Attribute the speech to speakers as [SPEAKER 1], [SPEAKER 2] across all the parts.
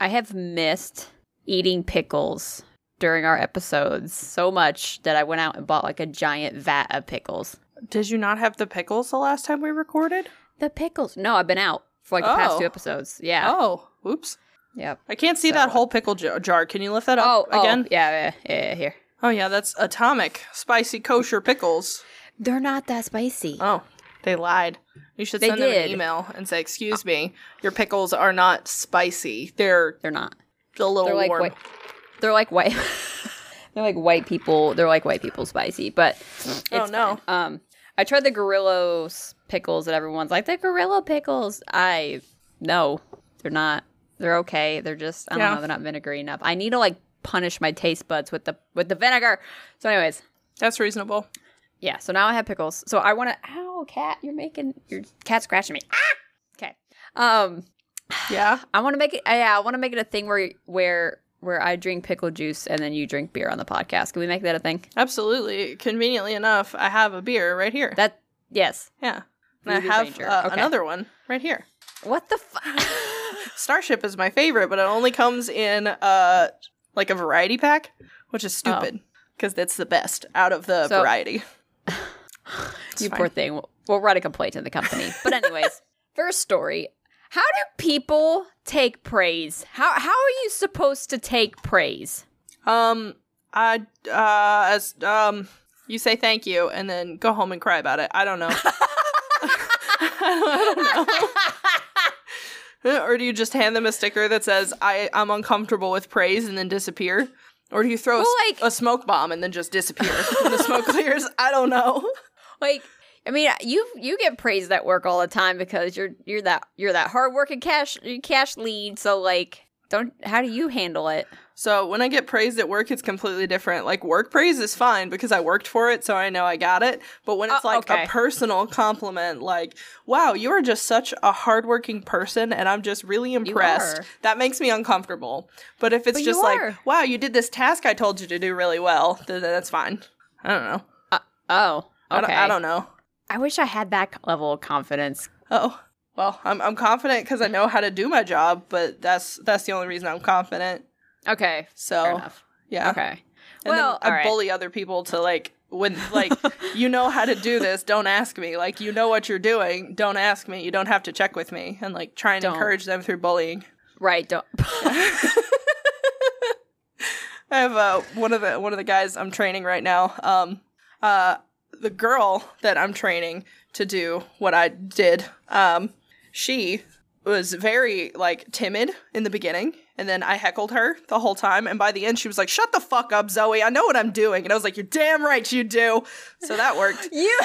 [SPEAKER 1] I have missed eating pickles during our episodes so much that I went out and bought like a giant vat of pickles.
[SPEAKER 2] Did you not have the pickles the last time we recorded?
[SPEAKER 1] The pickles. No, I've been out for like the past
[SPEAKER 2] Oh.
[SPEAKER 1] two episodes. Yeah.
[SPEAKER 2] Oh, whoops.
[SPEAKER 1] Yep.
[SPEAKER 2] I can't see
[SPEAKER 1] So-
[SPEAKER 2] that whole pickle jar. jar. Can you lift that
[SPEAKER 1] Oh,
[SPEAKER 2] up
[SPEAKER 1] oh,
[SPEAKER 2] again?
[SPEAKER 1] yeah, yeah, yeah, yeah, here.
[SPEAKER 2] Oh, yeah, that's atomic spicy kosher pickles.
[SPEAKER 1] They're not that spicy.
[SPEAKER 2] Oh, they lied. You should
[SPEAKER 1] They
[SPEAKER 2] send them
[SPEAKER 1] did.
[SPEAKER 2] an email and say, "Excuse me, your pickles are not spicy. They're
[SPEAKER 1] They're not.
[SPEAKER 2] a little
[SPEAKER 1] They're like
[SPEAKER 2] warm."
[SPEAKER 1] white. They're like white. they're like white people. They're like white people spicy, but
[SPEAKER 2] Oh,
[SPEAKER 1] it's
[SPEAKER 2] no.
[SPEAKER 1] fine. Um, I tried the Gorillos pickles that everyone's like the Gorilla pickles. I no, they're not. They're okay. They're just I don't
[SPEAKER 2] Yeah.
[SPEAKER 1] know. They're not vinegary enough. I need to like punish my taste buds with the with the vinegar. So, anyways,
[SPEAKER 2] That's reasonable.
[SPEAKER 1] yeah. So now I have pickles. So I want to. Ow, cat! You're making your cat scratching me. Ah. Okay. Um.
[SPEAKER 2] Yeah.
[SPEAKER 1] I want to make it. Yeah, I want to make it a thing where where where I drink pickle juice and then you drink beer on the podcast. Can we make that a thing?
[SPEAKER 2] Absolutely. Conveniently enough, I have a beer right here.
[SPEAKER 1] That yes.
[SPEAKER 2] yeah.
[SPEAKER 1] Voodoo
[SPEAKER 2] And I have
[SPEAKER 1] Ranger.
[SPEAKER 2] uh,
[SPEAKER 1] Okay.
[SPEAKER 2] another one right here.
[SPEAKER 1] What the fuck?
[SPEAKER 2] Starship is my favorite, but it only comes in uh like a variety pack, which is
[SPEAKER 1] Oh.
[SPEAKER 2] stupid because that's the best out of the
[SPEAKER 1] So-
[SPEAKER 2] variety.
[SPEAKER 1] you
[SPEAKER 2] fine.
[SPEAKER 1] poor thing. We'll, we'll write a complaint to the company. But anyways, first story. How do people take praise? How how are you supposed to take praise?
[SPEAKER 2] Um, I uh, as um, you say thank you, and then go home and cry about it. I don't know. I don't know. or do you just hand them a sticker that says I I'm uncomfortable with praise and then disappear? Or do you throw a,
[SPEAKER 1] Well,
[SPEAKER 2] s-
[SPEAKER 1] like-
[SPEAKER 2] a smoke bomb and then just disappear when the smoke clears? I don't know.
[SPEAKER 1] Like I mean, you you get praised at work all the time because you're you're that you're that hardworking cash cash lead. So like, don't how do you handle it?
[SPEAKER 2] So when I get praised at work, it's completely different. Like work praise is fine because I worked for it, so I know I got it. But when it's
[SPEAKER 1] Oh,
[SPEAKER 2] like
[SPEAKER 1] okay.
[SPEAKER 2] a personal compliment, like "Wow, you are just such a hardworking person," and I'm just really impressed,
[SPEAKER 1] are.
[SPEAKER 2] that makes me uncomfortable. But if it's
[SPEAKER 1] But you
[SPEAKER 2] just like
[SPEAKER 1] are.
[SPEAKER 2] "Wow, you did this task I told you to do really well," then then that's fine. I don't know.
[SPEAKER 1] Oh,
[SPEAKER 2] I,
[SPEAKER 1] okay.
[SPEAKER 2] don't, I don't know.
[SPEAKER 1] I wish I had that level of confidence.
[SPEAKER 2] Oh well, I'm I'm confident because I know how to do my job, but that's that's the only reason I'm confident.
[SPEAKER 1] Okay,
[SPEAKER 2] So
[SPEAKER 1] fair enough.
[SPEAKER 2] yeah.
[SPEAKER 1] Okay.
[SPEAKER 2] And
[SPEAKER 1] well,
[SPEAKER 2] then I
[SPEAKER 1] all right.
[SPEAKER 2] bully other people to like when like you know how to do this, don't ask me. Like you know what you're doing, don't ask me. You don't have to check with me and like try and
[SPEAKER 1] Don't.
[SPEAKER 2] encourage them through bullying.
[SPEAKER 1] right. Don't.
[SPEAKER 2] I have uh, one of the one of the guys I'm training right now. Um, uh, the girl that I'm training to do what I did. Um, she was very like timid in the beginning, and then I heckled her the whole time. And by the end, she was like, "Shut the fuck up, Zoe! I know what I'm doing." And I was like, "You're damn right, you do." So that worked.
[SPEAKER 1] you.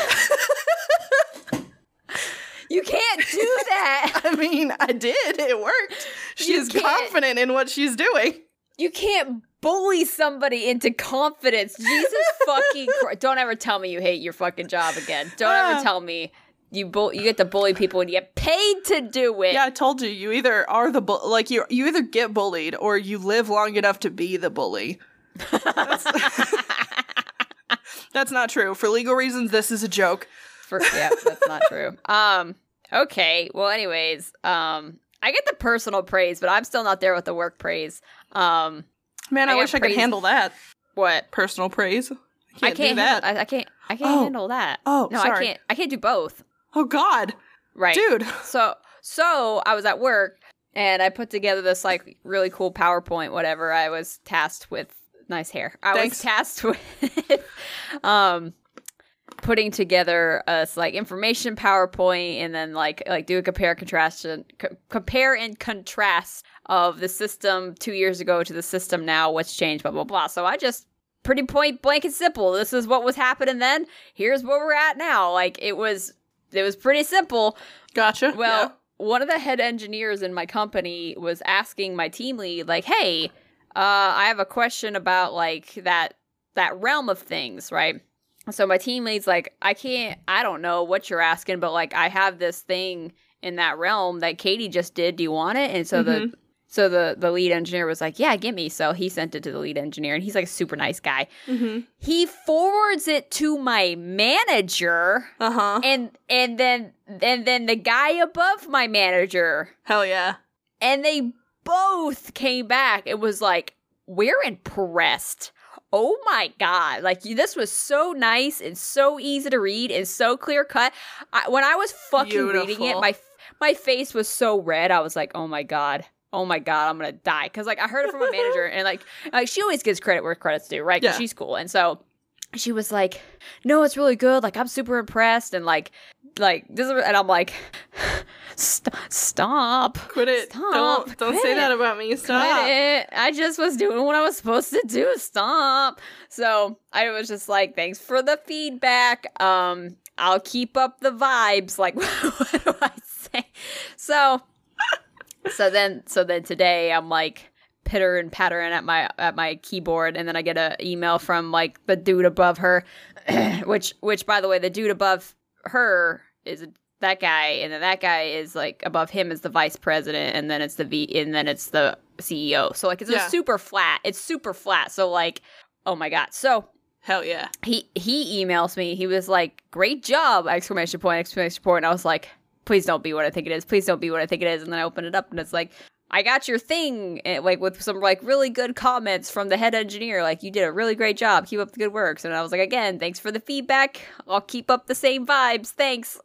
[SPEAKER 1] you can't do that.
[SPEAKER 2] I mean, I did. It worked.
[SPEAKER 1] You
[SPEAKER 2] She's
[SPEAKER 1] can't-
[SPEAKER 2] confident in what she's doing.
[SPEAKER 1] You can't bully somebody into confidence. Jesus fucking. Christ. Don't ever tell me you hate your fucking job again. Don't
[SPEAKER 2] Ah.
[SPEAKER 1] ever tell me you bull- you get to bully people and you get paid to do it.
[SPEAKER 2] Yeah, I told you. You either are the bu- like you you either get bullied or you live long enough to be the bully. That's, That's not true. For legal reasons, this is a joke.
[SPEAKER 1] For, yeah, that's not true. Um. Okay. Well, anyways, um, I get the personal praise, but I'm still not there with the work praise. Um,
[SPEAKER 2] Man, I,
[SPEAKER 1] I got
[SPEAKER 2] wish I could
[SPEAKER 1] praise.
[SPEAKER 2] handle that
[SPEAKER 1] what?
[SPEAKER 2] personal praise. I can't,
[SPEAKER 1] I can't.
[SPEAKER 2] do that.
[SPEAKER 1] Handle, I, I can't. I can't
[SPEAKER 2] Oh.
[SPEAKER 1] handle that.
[SPEAKER 2] Oh,
[SPEAKER 1] no, I
[SPEAKER 2] sorry.
[SPEAKER 1] can't. I can't do both.
[SPEAKER 2] oh God,
[SPEAKER 1] Right,
[SPEAKER 2] dude.
[SPEAKER 1] So, so I was at work and I put together this like really cool PowerPoint. Whatever I was tasked with. Nice hair. I was
[SPEAKER 2] Thanks.
[SPEAKER 1] tasked with. um putting together a s- like information PowerPoint and then like like do a compare contrast and co- compare and contrast of the system two years ago to the system now. What's changed? Blah blah blah. So I just pretty point blank and simple. This is what was happening then. Here's where we're at now. Like it was it was pretty simple.
[SPEAKER 2] Gotcha.
[SPEAKER 1] Well, one of the head engineers in my company was asking my team lead, like, "Hey, uh, I have a question about like that that realm of things, right?" So my team lead's like, "I can't, I don't know what you're asking, but like, I have this thing in that realm that Katie just did. Do you want it?" And so the so the the lead engineer was like, "Yeah, give me." So he sent it to the lead engineer, and he's like a super nice guy.
[SPEAKER 2] yeah. hmm
[SPEAKER 1] He forwards it to my manager
[SPEAKER 2] Uh huh.
[SPEAKER 1] and and then and then the guy above my manager
[SPEAKER 2] Hell yeah.
[SPEAKER 1] and they both came back It was like, we're impressed. Oh my god! Like you- this was so nice and so easy to read and so clear cut. I, when I was fucking reading it,
[SPEAKER 2] Beautiful.
[SPEAKER 1] my f- my face was so red. I was like, oh my god, oh my god, I'm gonna die because like I heard it from a manager and like like she always gives credit where credits due, right? 'Cause
[SPEAKER 2] Yeah.
[SPEAKER 1] She's cool, and so she was like, no, it's really good. Like I'm super impressed and like like this is and I'm like, "St- stop.
[SPEAKER 2] Quit it.
[SPEAKER 1] Stop.
[SPEAKER 2] Don't don't
[SPEAKER 1] Quit
[SPEAKER 2] say
[SPEAKER 1] it.
[SPEAKER 2] that about me. Stop.
[SPEAKER 1] Quit it. I just was doing what I was supposed to do. Stop. So I was just like, thanks for the feedback. Um, I'll keep up the vibes. Like, what do I say? So, so then, so then today, I'm like pitter and pattering at my at my keyboard, and then I get an email from like the dude above her, which which by the way, the dude above her is that guy, and then that guy is like above him is the vice president, and then it's the V, and then it's the CEO. So like it's
[SPEAKER 2] Yeah.
[SPEAKER 1] a super flat. It's super flat. So like, oh my god. So
[SPEAKER 2] Hell yeah.
[SPEAKER 1] he he emails me. He was like, "Great job!" Exclamation point! Exclamation point! And I was like, "Please don't be what I think it is. Please don't be what I think it is." And then I open it up, and it's like, "I got your thing!" And like with some like really good comments from the head engineer. Like, "You did a really great job. Keep up the good works." And I was like, "Again, thanks for the feedback. I'll keep up the same vibes. Thanks."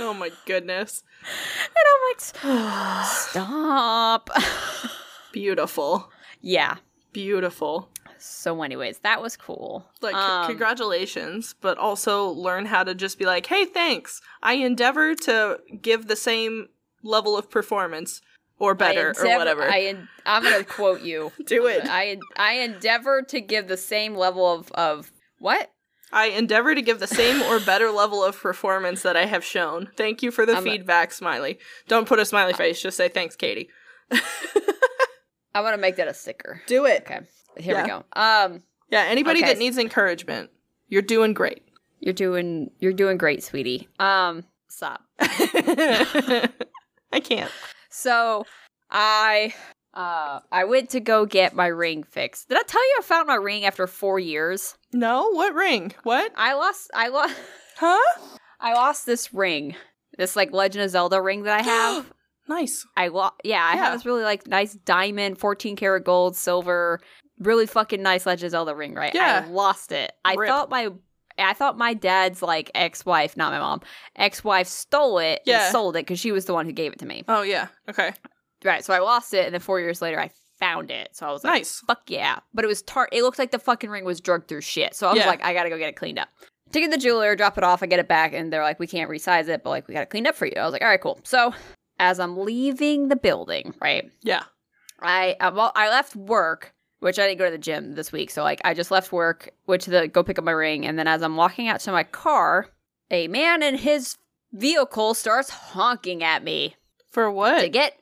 [SPEAKER 2] Oh my goodness.
[SPEAKER 1] And I'm like, "S- "Stop."
[SPEAKER 2] Beautiful.
[SPEAKER 1] yeah.
[SPEAKER 2] Beautiful.
[SPEAKER 1] So, anyways, that was cool.
[SPEAKER 2] Like
[SPEAKER 1] Um,
[SPEAKER 2] congratulations, but also learn how to just be like, "Hey, thanks. I endeavor to give the same level of performance or
[SPEAKER 1] I
[SPEAKER 2] better or
[SPEAKER 1] endeavor-
[SPEAKER 2] whatever."
[SPEAKER 1] I en- I'm gonna quote you.
[SPEAKER 2] Do it.
[SPEAKER 1] I I endeavor to give the same level of of what?
[SPEAKER 2] I endeavor to give the same or better level of performance that I have shown. Thank you for the
[SPEAKER 1] I'm a-
[SPEAKER 2] feedback, Smiley. Don't put a smiley face, just say thanks, Katie.
[SPEAKER 1] I want to make that a sticker.
[SPEAKER 2] Do it.
[SPEAKER 1] Okay, here
[SPEAKER 2] Yeah.
[SPEAKER 1] we go. Um,
[SPEAKER 2] Yeah, anybody
[SPEAKER 1] Okay.
[SPEAKER 2] that needs encouragement, you're doing great.
[SPEAKER 1] you're doing you're doing great, sweetie. Um, stop.
[SPEAKER 2] I can't.
[SPEAKER 1] So I uh I went to go get my ring fixed. Did I tell you I found my ring after four years?
[SPEAKER 2] No, what ring? What?
[SPEAKER 1] I lost I lost
[SPEAKER 2] Huh?
[SPEAKER 1] I lost this ring. This like Legend of Zelda ring that I have.
[SPEAKER 2] Nice.
[SPEAKER 1] I lo- yeah, I
[SPEAKER 2] Yeah.
[SPEAKER 1] have this really like nice diamond, fourteen karat gold, silver, really fucking nice Legend of Zelda ring, right?
[SPEAKER 2] Yeah.
[SPEAKER 1] I lost it. I
[SPEAKER 2] Rip.
[SPEAKER 1] thought my I thought my dad's like ex wife, not my mom, ex wife stole it
[SPEAKER 2] Yeah.
[SPEAKER 1] and sold it because she was the one who gave it to me.
[SPEAKER 2] Oh yeah. Okay.
[SPEAKER 1] Right. So I lost it, and then four years later I found it. So I was like,
[SPEAKER 2] Nice.
[SPEAKER 1] fuck yeah. But it was tar it looked like the fucking ring was drugged through shit. So I was
[SPEAKER 2] Yeah.
[SPEAKER 1] like, I gotta go get it cleaned up. Take it to the jeweler, drop it off, I get it back, and they're like, We can't resize it, but like we got it cleaned up for you. I was like, all right, cool. So as I'm leaving the building, right?
[SPEAKER 2] Yeah.
[SPEAKER 1] I I- well, I left work, which I didn't go to the gym this week, so like I just left work, went to the go pick up my ring, and then as I'm walking out to my car, a man in his vehicle starts honking at me
[SPEAKER 2] For
[SPEAKER 1] to
[SPEAKER 2] what?
[SPEAKER 1] get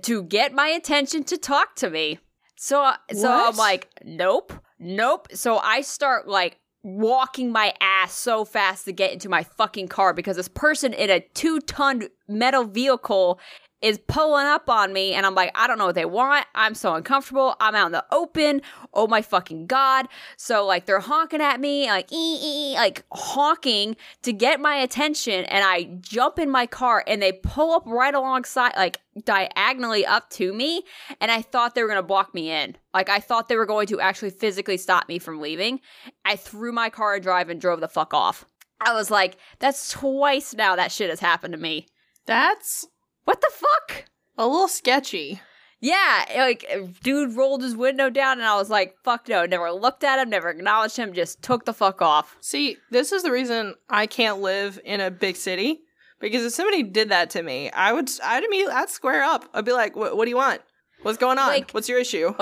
[SPEAKER 1] to get my attention to talk to me. So so I'm
[SPEAKER 2] What?
[SPEAKER 1] like, nope, nope. So I start like walking my ass so fast to get into my fucking car because this person in a two ton metal vehicle is pulling up on me and I'm like, I don't know what they want. I'm so uncomfortable. I'm out in the open. Oh my fucking god. So like they're honking at me, like ee, ee, ee, like honking to get my attention, and I jump in my car and they pull up right alongside, like diagonally up to me, and I thought they were gonna block me in. Like I thought they were going to actually physically stop me from leaving. I threw my car in drive and drove the fuck off. I was like, that's twice now that shit has happened to me.
[SPEAKER 2] That's
[SPEAKER 1] What the fuck?
[SPEAKER 2] a little sketchy.
[SPEAKER 1] Yeah, like uh, dude rolled his window down and I was like, fuck no, never looked at him, never acknowledged him, just took the fuck off.
[SPEAKER 2] See, this is the reason I can't live in a big city because if somebody did that to me, I would I'd immediately I'd square up. I'd be like, "What what do you want? What's going on?
[SPEAKER 1] Like-
[SPEAKER 2] What's your issue?"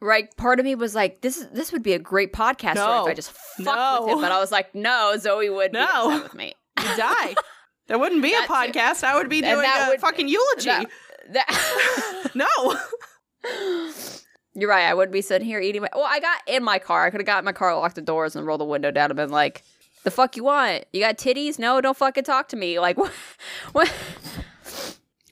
[SPEAKER 1] Right, part of me was like, this is this would be a great podcast story
[SPEAKER 2] No.
[SPEAKER 1] if I just fucked
[SPEAKER 2] No.
[SPEAKER 1] with him, but I was like, no, Zoe would be
[SPEAKER 2] No.
[SPEAKER 1] upset with me.
[SPEAKER 2] You die. that wouldn't be a
[SPEAKER 1] That too.
[SPEAKER 2] podcast. I would be
[SPEAKER 1] And
[SPEAKER 2] doing
[SPEAKER 1] that
[SPEAKER 2] a
[SPEAKER 1] would-
[SPEAKER 2] fucking eulogy.
[SPEAKER 1] That- that-
[SPEAKER 2] no.
[SPEAKER 1] You're right. I wouldn't be sitting here eating my. Well, I got in my car. I could have got in my car, locked the doors, and rolled the window down, and been like, "The fuck you want? You got titties? No, don't fucking talk to me. Like, what? what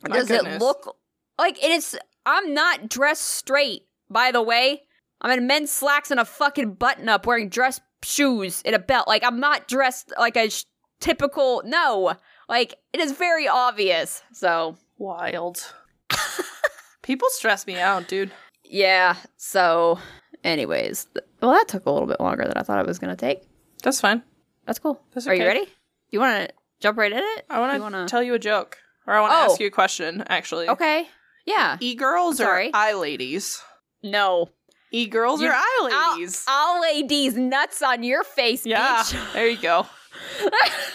[SPEAKER 2] My
[SPEAKER 1] does it
[SPEAKER 2] goodness.
[SPEAKER 1] look like? It is. I'm not dressed straight. By the way, I'm in men's slacks and a fucking button up, wearing dress shoes and a belt. Like, I'm not dressed like a sh- typical. No, like it is very obvious. So
[SPEAKER 2] Wild. People stress me out, dude.
[SPEAKER 1] Yeah. So, anyways, th- well, that took a little bit longer than I thought it was gonna take.
[SPEAKER 2] That's fine.
[SPEAKER 1] That's cool.
[SPEAKER 2] That's
[SPEAKER 1] Are you
[SPEAKER 2] okay.
[SPEAKER 1] ready? You want to jump right in it?
[SPEAKER 2] I want
[SPEAKER 1] You
[SPEAKER 2] to
[SPEAKER 1] wanna-
[SPEAKER 2] tell you a joke, or I want to
[SPEAKER 1] Oh.
[SPEAKER 2] ask you a question. Actually,
[SPEAKER 1] Okay. Yeah.
[SPEAKER 2] E girls are
[SPEAKER 1] Sorry.
[SPEAKER 2] eye ladies.
[SPEAKER 1] No.
[SPEAKER 2] E girls
[SPEAKER 1] You-
[SPEAKER 2] are eye
[SPEAKER 1] I'll,
[SPEAKER 2] ladies.
[SPEAKER 1] I'll lay these nuts on your face,
[SPEAKER 2] yeah,
[SPEAKER 1] bitch.
[SPEAKER 2] there you go.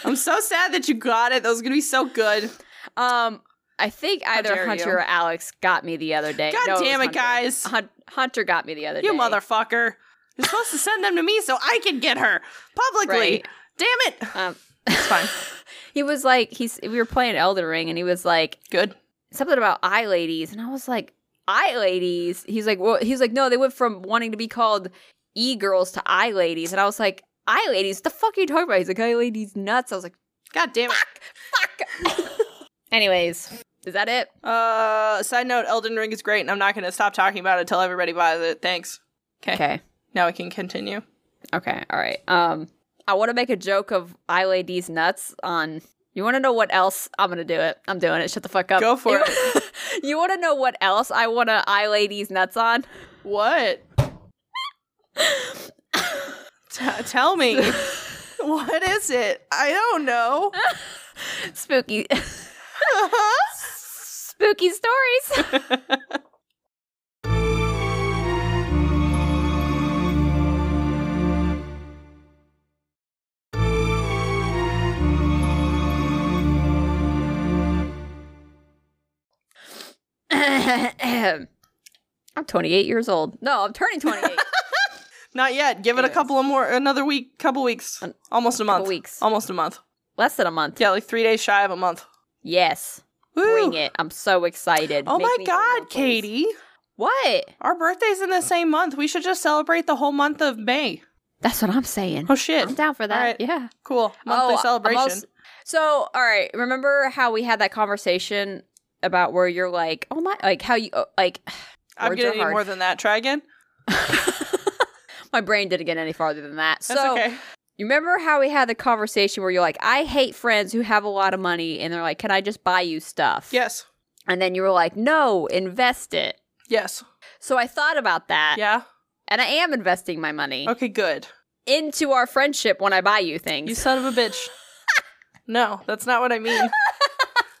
[SPEAKER 2] I'm so sad that you got it. That was gonna be so good.
[SPEAKER 1] Um, I think either
[SPEAKER 2] dare
[SPEAKER 1] Hunter
[SPEAKER 2] you.
[SPEAKER 1] or Alex got me the other day.
[SPEAKER 2] God
[SPEAKER 1] No, was
[SPEAKER 2] damn it,
[SPEAKER 1] Hunter.
[SPEAKER 2] guys.
[SPEAKER 1] Hun- Hunter got me the other
[SPEAKER 2] You
[SPEAKER 1] day.
[SPEAKER 2] motherfucker. You're supposed to send them to me so I can get her publicly.
[SPEAKER 1] Right.
[SPEAKER 2] Damn it.
[SPEAKER 1] Um,
[SPEAKER 2] It's fine.
[SPEAKER 1] he was like, he's. We were playing Elden Ring, and he was like
[SPEAKER 2] Good.
[SPEAKER 1] something about eye ladies, and I was like, eye ladies. He's like, well, he's like, no, they went from wanting to be called e girls to eye ladies, and I was like, eye ladies. The fuck are you talking about? He's like, eye ladies nuts. I was like,
[SPEAKER 2] God damn it.
[SPEAKER 1] fuck. Anyways, is that it?
[SPEAKER 2] Uh, side note Elden Ring is great, and I'm not going to stop talking about it until everybody buys it. Thanks. Okay.
[SPEAKER 1] Okay.
[SPEAKER 2] Now we can continue.
[SPEAKER 1] Okay, all right. Um, I want to make a joke of I lay these nuts on. You want to know what else? I'm gonna do it. I'm doing it. Shut the fuck up.
[SPEAKER 2] Go for
[SPEAKER 1] You- you want to know what else I want to I lay these nuts on?
[SPEAKER 2] What? T- tell me. what is it? I don't know.
[SPEAKER 1] Spooky, spooky stories. I'm 28 years old. No, I'm turning 28.
[SPEAKER 2] not yet. Give it a
[SPEAKER 1] Anyways.
[SPEAKER 2] couple of more, another week, couple weeks,
[SPEAKER 1] An-
[SPEAKER 2] almost a
[SPEAKER 1] couple
[SPEAKER 2] month.
[SPEAKER 1] weeks.
[SPEAKER 2] Almost a month.
[SPEAKER 1] Less than a month.
[SPEAKER 2] Yeah, like three days shy of a month.
[SPEAKER 1] Yes.
[SPEAKER 2] Woo.
[SPEAKER 1] Bring it. I'm so excited.
[SPEAKER 2] Oh
[SPEAKER 1] Make
[SPEAKER 2] my
[SPEAKER 1] me
[SPEAKER 2] god,
[SPEAKER 1] hormonal, please.
[SPEAKER 2] Katie.
[SPEAKER 1] What?
[SPEAKER 2] Our birthday's in the same month. We should just celebrate the whole month of May.
[SPEAKER 1] That's what I'm saying.
[SPEAKER 2] Oh shit.
[SPEAKER 1] I'm down for that.
[SPEAKER 2] right.
[SPEAKER 1] Yeah.
[SPEAKER 2] Cool. Monthly
[SPEAKER 1] Oh, I'm
[SPEAKER 2] celebration.
[SPEAKER 1] also- so, all right. Remember how we had that conversation about where you're like, oh my, like how you, oh, like,
[SPEAKER 2] I'm
[SPEAKER 1] words are
[SPEAKER 2] gonna need
[SPEAKER 1] hard.
[SPEAKER 2] more than that. Try again.
[SPEAKER 1] my brain didn't get any farther than that.
[SPEAKER 2] That's
[SPEAKER 1] so,
[SPEAKER 2] okay.
[SPEAKER 1] you remember how we had the conversation where you're like, I hate friends who have a lot of money and they're like, can I just buy you stuff?
[SPEAKER 2] Yes.
[SPEAKER 1] And then you were like, no, invest it.
[SPEAKER 2] Yes.
[SPEAKER 1] So I thought about that.
[SPEAKER 2] Yeah.
[SPEAKER 1] And I am investing my money
[SPEAKER 2] Okay, good.
[SPEAKER 1] into our friendship when I buy you things.
[SPEAKER 2] You son of a bitch. No, that's not what I mean.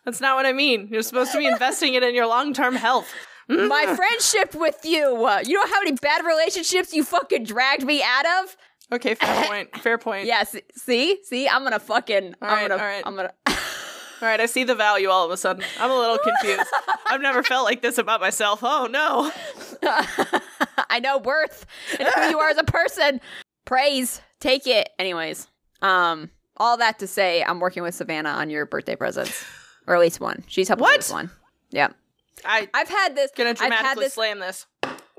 [SPEAKER 2] That's not what I mean. You're supposed to be investing it in your long term health. Mm.
[SPEAKER 1] my friendship with you. Uh, you know how many bad relationships you fucking dragged me out of?
[SPEAKER 2] Okay, fair point. Fair point.
[SPEAKER 1] Yes. see, see, I'm gonna fucking. I'm
[SPEAKER 2] All right,
[SPEAKER 1] gonna.
[SPEAKER 2] all right.
[SPEAKER 1] I'm gonna.
[SPEAKER 2] All right, I see the value all of a sudden. I'm a little confused. I've never felt like this about myself. Oh no.
[SPEAKER 1] I know worth and who you are as a person. Praise, take it. Anyways, um, all that to say, I'm working with Savannah on your birthday presents, or at least one. She's helping me with
[SPEAKER 2] What?
[SPEAKER 1] one. Yeah,
[SPEAKER 2] I
[SPEAKER 1] I've had this.
[SPEAKER 2] gonna
[SPEAKER 1] I've had
[SPEAKER 2] dramatically
[SPEAKER 1] this.
[SPEAKER 2] slam this.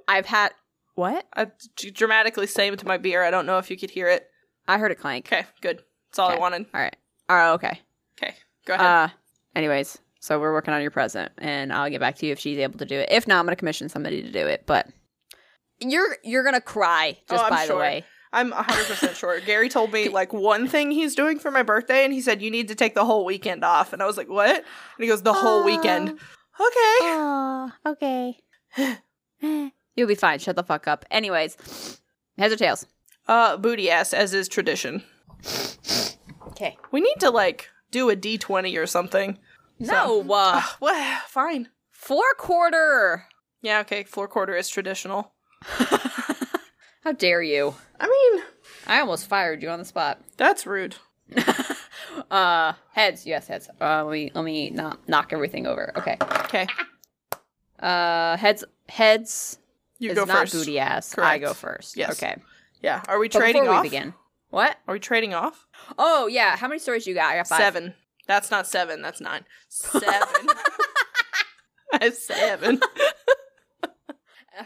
[SPEAKER 1] I've had what?
[SPEAKER 2] I d- dramatically slammed my beer. I don't know if you could hear it.
[SPEAKER 1] I heard a clank.
[SPEAKER 2] Okay, good. That's all I
[SPEAKER 1] Okay.
[SPEAKER 2] wanted.
[SPEAKER 1] All right. Oh, okay.
[SPEAKER 2] Okay, go ahead.
[SPEAKER 1] Uh, anyways, so we're working on your present, and I'll get back to you if she's able to do it. If not, I'm gonna commission somebody to do it. But you're you're gonna cry. Just
[SPEAKER 2] Oh, I'm
[SPEAKER 1] by
[SPEAKER 2] sure.
[SPEAKER 1] the way,
[SPEAKER 2] I'm 100% sure. Gary told me like one thing he's doing for my birthday, and he said, You need to take the whole weekend off. And I was like, What? And he goes, The whole
[SPEAKER 1] Aw.
[SPEAKER 2] weekend. Okay.
[SPEAKER 1] Oh, okay. You'll be fine. Shut the fuck up. Anyways, heads or tails?
[SPEAKER 2] Uh, booty ass, as is tradition.
[SPEAKER 1] Okay.
[SPEAKER 2] We need to like do a D20 or something.
[SPEAKER 1] No, uh,
[SPEAKER 2] Well, fine.
[SPEAKER 1] four quarter.
[SPEAKER 2] Yeah, okay. Four quarter is traditional.
[SPEAKER 1] How dare you?
[SPEAKER 2] I mean,
[SPEAKER 1] I almost fired you on the spot.
[SPEAKER 2] that's rude.
[SPEAKER 1] Uh, heads. Yes, heads. Uh, let me let me not knock everything over. Okay.
[SPEAKER 2] Okay,
[SPEAKER 1] Uh, heads. Heads
[SPEAKER 2] you
[SPEAKER 1] is
[SPEAKER 2] go
[SPEAKER 1] not
[SPEAKER 2] first.
[SPEAKER 1] booty ass. I
[SPEAKER 2] Correct.
[SPEAKER 1] go first.
[SPEAKER 2] Yes.
[SPEAKER 1] Okay.
[SPEAKER 2] Yeah. Are we
[SPEAKER 1] But
[SPEAKER 2] trading
[SPEAKER 1] before
[SPEAKER 2] off?
[SPEAKER 1] we begin, what?
[SPEAKER 2] Are we trading off?
[SPEAKER 1] Oh yeah. How many stories you got? I got five.
[SPEAKER 2] Seven. That's not seven. That's nine. Seven. I have seven.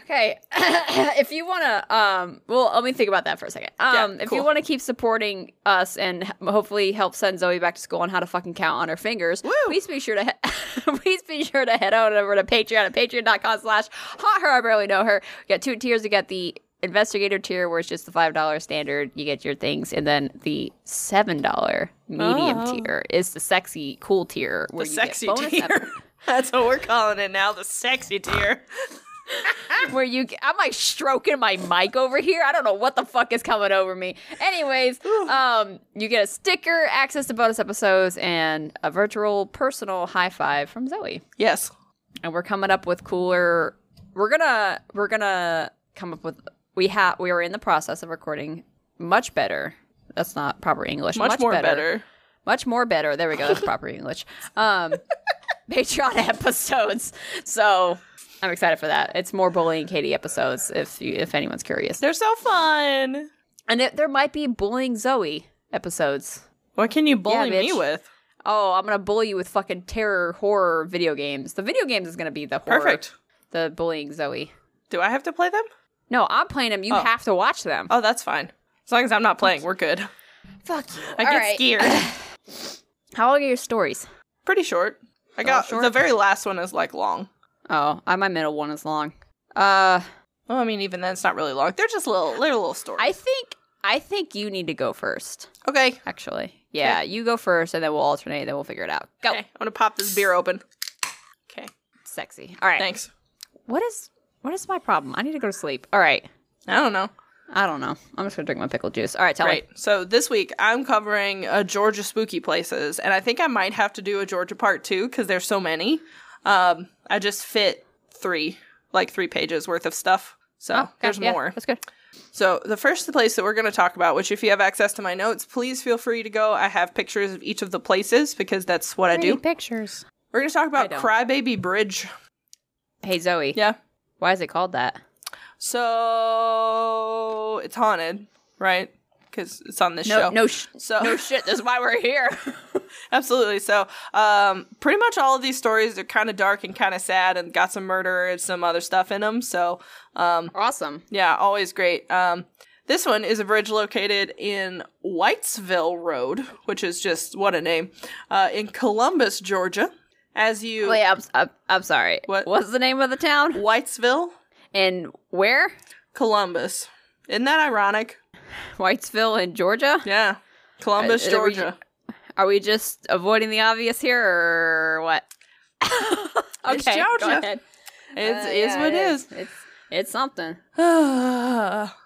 [SPEAKER 1] Okay. if you want to, um, well, let me think about that for a second.
[SPEAKER 2] Yeah,
[SPEAKER 1] Um, if
[SPEAKER 2] cool.
[SPEAKER 1] you want to keep supporting us and h- hopefully help send Zoe back to school on how to fucking count on her fingers,
[SPEAKER 2] Woo!
[SPEAKER 1] please be sure to, he- please be sure to head on over to Patreon at patreon.com slash hot her. I barely know her. We got two tiers. We got the investigator tier where it's just the $5 standard. You get your things. And then the $7 medium
[SPEAKER 2] Oh.
[SPEAKER 1] tier is the sexy cool tier where
[SPEAKER 2] the
[SPEAKER 1] you
[SPEAKER 2] sexy
[SPEAKER 1] get bonus ep-
[SPEAKER 2] tier. That's what we're calling it now, the sexy tier.
[SPEAKER 1] where you I'm like stroking my mic over here. I don't know what the fuck is coming over me. Anyways, um you get a sticker, access to bonus episodes and a virtual personal high five from Zoe.
[SPEAKER 2] Yes.
[SPEAKER 1] And we're coming up with cooler we're going to we're going to come up with we have we are in the process of recording much better. That's not proper English.
[SPEAKER 2] Much, more better.
[SPEAKER 1] Much more better. There we go. That's proper English. Um, Patreon episodes. So I'm excited for that. It's more bullying Katie episodes. If you, if anyone's curious,
[SPEAKER 2] They're so fun.
[SPEAKER 1] and it, there might be bullying Zoe episodes.
[SPEAKER 2] What can you bully
[SPEAKER 1] Yeah,
[SPEAKER 2] me
[SPEAKER 1] bitch.
[SPEAKER 2] with?
[SPEAKER 1] Oh, I'm gonna bully you with fucking terror horror video games. The video games is gonna be the horror,
[SPEAKER 2] Perfect.
[SPEAKER 1] The bullying Zoe.
[SPEAKER 2] Do I have to play them?
[SPEAKER 1] No, I'm playing them. You
[SPEAKER 2] Oh.
[SPEAKER 1] have to watch them.
[SPEAKER 2] Oh, that's fine. As long as I'm not playing, we're good.
[SPEAKER 1] Fuck you.
[SPEAKER 2] Oh. I get scared.
[SPEAKER 1] How long are your stories?
[SPEAKER 2] Pretty short. I got
[SPEAKER 1] short?
[SPEAKER 2] the very last one is like long.
[SPEAKER 1] Oh, I my middle one is long. Uh,
[SPEAKER 2] Well, I mean, even then, it's not really long. They're just little, they're little stories.
[SPEAKER 1] I think I think you need to go first.
[SPEAKER 2] okay.
[SPEAKER 1] Actually, yeah, you go first, and then we'll alternate. Then we'll figure it out. Go,
[SPEAKER 2] Okay. I'm gonna pop this beer open. Okay.
[SPEAKER 1] sexy. All right.
[SPEAKER 2] Thanks.
[SPEAKER 1] What is what is my problem? I need to go to sleep. All right.
[SPEAKER 2] I don't know.
[SPEAKER 1] I don't know. I'm just gonna drink my pickle juice. All right, tell
[SPEAKER 2] Right. So this week I'm covering uh, Georgia spooky places, and I think I might have to do a Georgia part two because there's so many. Um, I just fit three, like three pages worth of stuff. So
[SPEAKER 1] me. Okay,
[SPEAKER 2] there's
[SPEAKER 1] Oh, yeah,
[SPEAKER 2] more.
[SPEAKER 1] That's good.
[SPEAKER 2] So the first place that we're going to talk about, which if you have access to my notes, please feel free to go. I have pictures of each of the places because that's what I do.
[SPEAKER 1] pictures.
[SPEAKER 2] We're going to talk about
[SPEAKER 1] don't.
[SPEAKER 2] Crybaby Bridge.
[SPEAKER 1] Hey Zoe.
[SPEAKER 2] Yeah.
[SPEAKER 1] Why is it called that?
[SPEAKER 2] So it's haunted, right? Because it's on this
[SPEAKER 1] No,
[SPEAKER 2] show.
[SPEAKER 1] no, sh-
[SPEAKER 2] So
[SPEAKER 1] no shit. That's why we're here.
[SPEAKER 2] Absolutely. So, um, pretty much all of these stories are kind of dark and kind of sad, and got some murder and some other stuff in them. So, um,
[SPEAKER 1] awesome.
[SPEAKER 2] yeah, always great. Um, this one is a bridge located in Whitesville Road, which is just what a name, uh, in Columbus, Georgia. As you
[SPEAKER 1] Wait, I'm, I'm, I'm sorry.
[SPEAKER 2] What?
[SPEAKER 1] What's the name of the town?
[SPEAKER 2] Whitesville,
[SPEAKER 1] And where?
[SPEAKER 2] Columbus. Isn't that ironic?
[SPEAKER 1] Whitesville in Georgia.
[SPEAKER 2] Yeah, Columbus,
[SPEAKER 1] Uh, are we-
[SPEAKER 2] Georgia.
[SPEAKER 1] Are we just avoiding the obvious here, or what? okay,
[SPEAKER 2] It's
[SPEAKER 1] go
[SPEAKER 2] Georgia.
[SPEAKER 1] ahead.
[SPEAKER 2] It's
[SPEAKER 1] Uh,
[SPEAKER 2] is
[SPEAKER 1] yeah,
[SPEAKER 2] what it is.
[SPEAKER 1] It's it's something.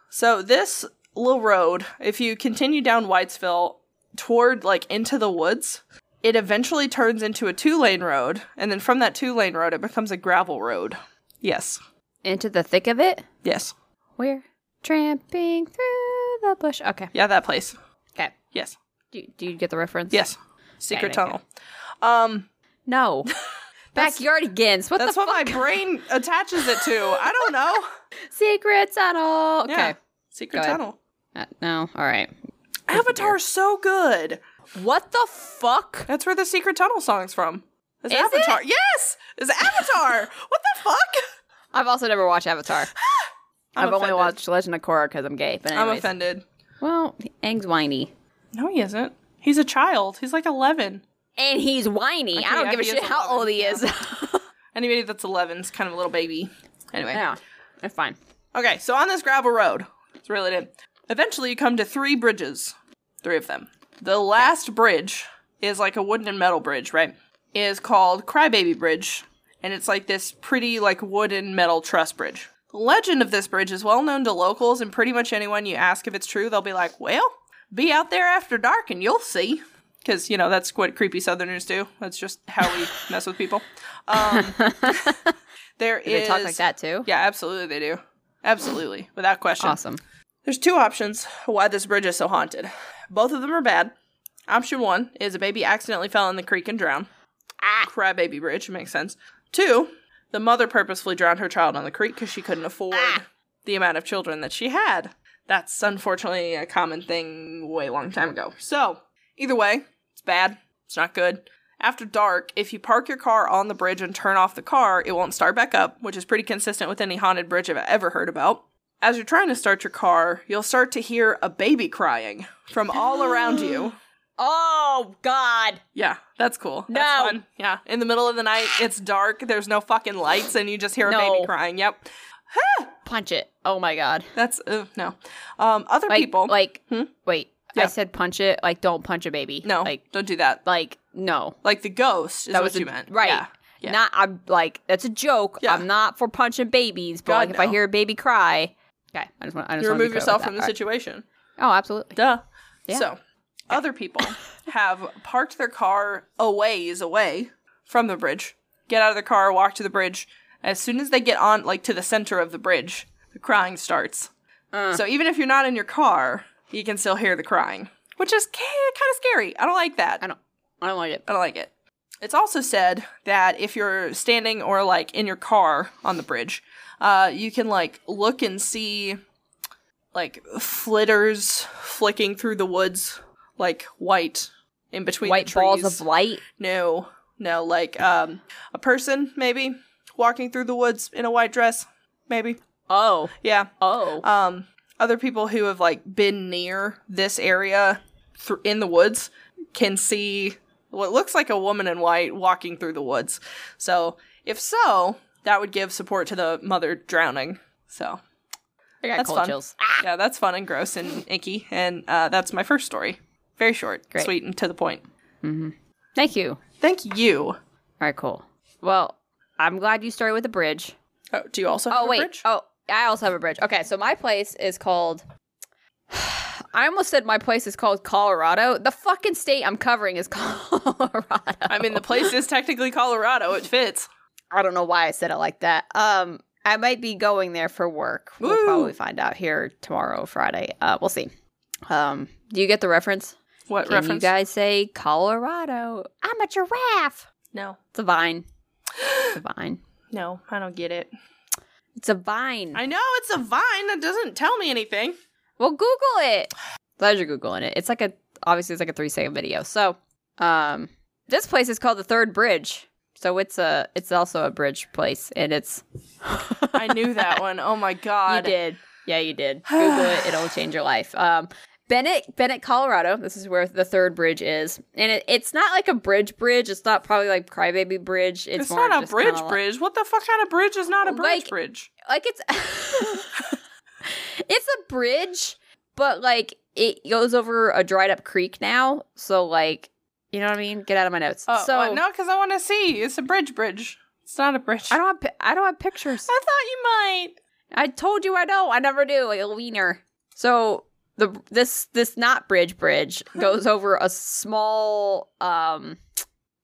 [SPEAKER 2] so this little road, if you continue down Whitesville toward like into the woods, it eventually turns into a two-lane road, and then from that two-lane road, it becomes a gravel road. Yes,
[SPEAKER 1] Into the thick of it.
[SPEAKER 2] yes,
[SPEAKER 1] We're tramping through the bush. Okay.
[SPEAKER 2] yeah, that place.
[SPEAKER 1] Okay.
[SPEAKER 2] Yes,
[SPEAKER 1] Do, do you get the reference?
[SPEAKER 2] yes, secret
[SPEAKER 1] Okay, okay.
[SPEAKER 2] tunnel. Um,
[SPEAKER 1] No. Backyardigans. What
[SPEAKER 2] that's
[SPEAKER 1] the
[SPEAKER 2] what
[SPEAKER 1] fuck?
[SPEAKER 2] my brain attaches it to. I don't know.
[SPEAKER 1] Secret tunnel. Okay.
[SPEAKER 2] Yeah, secret
[SPEAKER 1] Go ahead.
[SPEAKER 2] tunnel.
[SPEAKER 1] Uh, no. All right.
[SPEAKER 2] Avatar's so good.
[SPEAKER 1] What the fuck?
[SPEAKER 2] That's where the secret tunnel song's from. Is,
[SPEAKER 1] Is it?
[SPEAKER 2] Avatar? Yes, is Avatar. what the fuck?
[SPEAKER 1] I've also never watched Avatar.
[SPEAKER 2] I'm
[SPEAKER 1] I've only
[SPEAKER 2] offended.
[SPEAKER 1] watched Legend of Korra because I'm gay. But
[SPEAKER 2] I'm
[SPEAKER 1] anyways.
[SPEAKER 2] offended.
[SPEAKER 1] Well, Aang's whiny.
[SPEAKER 2] No, he isn't. He's a child. He's like 11.
[SPEAKER 1] And he's whiny. I don't
[SPEAKER 2] yeah,
[SPEAKER 1] give a
[SPEAKER 2] he is
[SPEAKER 1] shit how
[SPEAKER 2] 11,
[SPEAKER 1] old he
[SPEAKER 2] yeah.
[SPEAKER 1] is.
[SPEAKER 2] Anybody that's 11 is kind of a little baby. Anyway.
[SPEAKER 1] yeah. That's fine.
[SPEAKER 2] Okay, so on this gravel road, it's really it. Eventually, you come to three bridges. Three of them. The last bridge is like a wooden and metal bridge, right? Is called Crybaby Bridge, and it's like this pretty, like, wooden metal truss bridge. The legend of this bridge is well known to locals, and pretty much anyone you ask if it's true, they'll be like, well, be out there after dark and you'll see. Because, you know, that's what creepy Southerners do. That's just how we mess with people. Um, there is.
[SPEAKER 1] They talk like that too.
[SPEAKER 2] Yeah, absolutely they do. Absolutely, without question.
[SPEAKER 1] Awesome.
[SPEAKER 2] There's two options why this bridge is so haunted. Both of them are bad. Option one is a baby accidentally fell in the creek and drowned.
[SPEAKER 1] Ah.
[SPEAKER 2] Crybaby bridge makes sense. Two, the mother purposefully drowned her child on the creek because she couldn't afford
[SPEAKER 1] Ah.
[SPEAKER 2] the amount of children that she had. That's unfortunately a common thing way long time ago. So, either way, it's bad. It's not good. After dark, if you park your car on the bridge and turn off the car, it won't start back up, which is pretty consistent with any haunted bridge I've ever heard about. As you're trying to start your car, you'll start to hear a baby crying from all around you.
[SPEAKER 1] Oh God.
[SPEAKER 2] Yeah, that's cool. That's
[SPEAKER 1] No.
[SPEAKER 2] fun. Yeah, in the middle of the night, it's dark, there's no fucking lights, and you just hear a baby
[SPEAKER 1] No.
[SPEAKER 2] crying. Yep,
[SPEAKER 1] Punch it. Oh my God.
[SPEAKER 2] that's uh, no. Um, other
[SPEAKER 1] like,
[SPEAKER 2] people,
[SPEAKER 1] Like,
[SPEAKER 2] Hmm?
[SPEAKER 1] wait,
[SPEAKER 2] Yeah.
[SPEAKER 1] I said punch it. Like, don't punch a baby.
[SPEAKER 2] no,
[SPEAKER 1] like,
[SPEAKER 2] don't do that.
[SPEAKER 1] like no.
[SPEAKER 2] Like the ghost is
[SPEAKER 1] That
[SPEAKER 2] what
[SPEAKER 1] was a-
[SPEAKER 2] you meant,
[SPEAKER 1] right.
[SPEAKER 2] Yeah. Yeah.
[SPEAKER 1] Not I'm like that's a joke.
[SPEAKER 2] Yeah.
[SPEAKER 1] I'm not for punching babies, but
[SPEAKER 2] God,
[SPEAKER 1] like, if I
[SPEAKER 2] no.
[SPEAKER 1] hear a baby cry, okay, I just want I just
[SPEAKER 2] You
[SPEAKER 1] wanna be
[SPEAKER 2] remove
[SPEAKER 1] clear
[SPEAKER 2] yourself
[SPEAKER 1] about
[SPEAKER 2] from the
[SPEAKER 1] that.
[SPEAKER 2] situation.
[SPEAKER 1] Oh, absolutely.
[SPEAKER 2] Duh.
[SPEAKER 1] Yeah.
[SPEAKER 2] So, other people have parked their car a ways away from the bridge, get out of their car, walk to the bridge. As soon as they get on, like to the center of the bridge, the crying starts.
[SPEAKER 1] Uh.
[SPEAKER 2] So, even if you're not in your car, you can still hear the crying, which is kind of scary. I don't like that.
[SPEAKER 1] I don't. I don't like it.
[SPEAKER 2] I don't like it. It's also said that if you're standing or like in your car on the bridge, uh, you can like look and see like flitters flicking through the woods, like white in between
[SPEAKER 1] White
[SPEAKER 2] the trees.
[SPEAKER 1] balls of light.
[SPEAKER 2] no, no, like um, a person maybe walking through the woods in a white dress, maybe.
[SPEAKER 1] Oh,
[SPEAKER 2] Yeah,
[SPEAKER 1] oh.
[SPEAKER 2] um, other people who have like been near this area thr in the woods can see what looks like a woman in white walking through the woods. So, if so, that would give support to the mother drowning. So,
[SPEAKER 1] I got
[SPEAKER 2] that's
[SPEAKER 1] cold
[SPEAKER 2] fun.
[SPEAKER 1] chills. Ah.
[SPEAKER 2] yeah, that's fun and gross and icky. And uh, that's my first story. Very short,
[SPEAKER 1] Great.
[SPEAKER 2] sweet, and to the point.
[SPEAKER 1] Mm-hmm. Thank you. All
[SPEAKER 2] Thank you.
[SPEAKER 1] right, cool. Well, I'm glad you started with the bridge.
[SPEAKER 2] Oh, do you also? Have
[SPEAKER 1] Oh
[SPEAKER 2] a
[SPEAKER 1] wait.
[SPEAKER 2] bridge?
[SPEAKER 1] Oh, I also have a bridge. Okay, so my place is called. I almost said my place is called Colorado. The fucking state I'm covering is Colorado.
[SPEAKER 2] I mean, the place is technically Colorado. It fits.
[SPEAKER 1] I don't know why I said it like that. Um, I might be going there for work. We'll
[SPEAKER 2] Woo!
[SPEAKER 1] probably find out here tomorrow, Friday. Uh, we'll see. Um, do you get the reference?
[SPEAKER 2] What
[SPEAKER 1] Can
[SPEAKER 2] reference?
[SPEAKER 1] you guys say Colorado? I'm a giraffe.
[SPEAKER 2] no,
[SPEAKER 1] It's a vine. It's a vine.
[SPEAKER 2] no, I don't get it.
[SPEAKER 1] It's a vine.
[SPEAKER 2] I know it's a vine that doesn't tell me anything.
[SPEAKER 1] Well, Google it. Glad you're googling it. It's like a obviously it's like a three second video. So, um, this place is called the Third Bridge. So it's a it's also a bridge place, and it's
[SPEAKER 2] I knew that one. Oh my
[SPEAKER 1] you
[SPEAKER 2] god.
[SPEAKER 1] did yeah you did Google it. It'll change your life. Um, Bennett Bennett, Colorado. This is where the Third Bridge is, and it, it's not like a bridge bridge. It's not probably like Crybaby Bridge. It's,
[SPEAKER 2] It's,
[SPEAKER 1] more
[SPEAKER 2] not a
[SPEAKER 1] just
[SPEAKER 2] bridge
[SPEAKER 1] kinda like-
[SPEAKER 2] bridge. What the fuck kind of bridge is not a bridge
[SPEAKER 1] Like-
[SPEAKER 2] bridge?
[SPEAKER 1] like it's it's a bridge, but like it goes over a dried up creek now. So like you know what I mean? Get out of my notes.
[SPEAKER 2] Oh,
[SPEAKER 1] so
[SPEAKER 2] what? no, because I want to see. It's a bridge bridge. It's not a bridge.
[SPEAKER 1] I don't have pi- I don't have pictures.
[SPEAKER 2] I thought you might.
[SPEAKER 1] I told you I don't. I never do. Like a wiener. So the this this not bridge bridge goes over a small um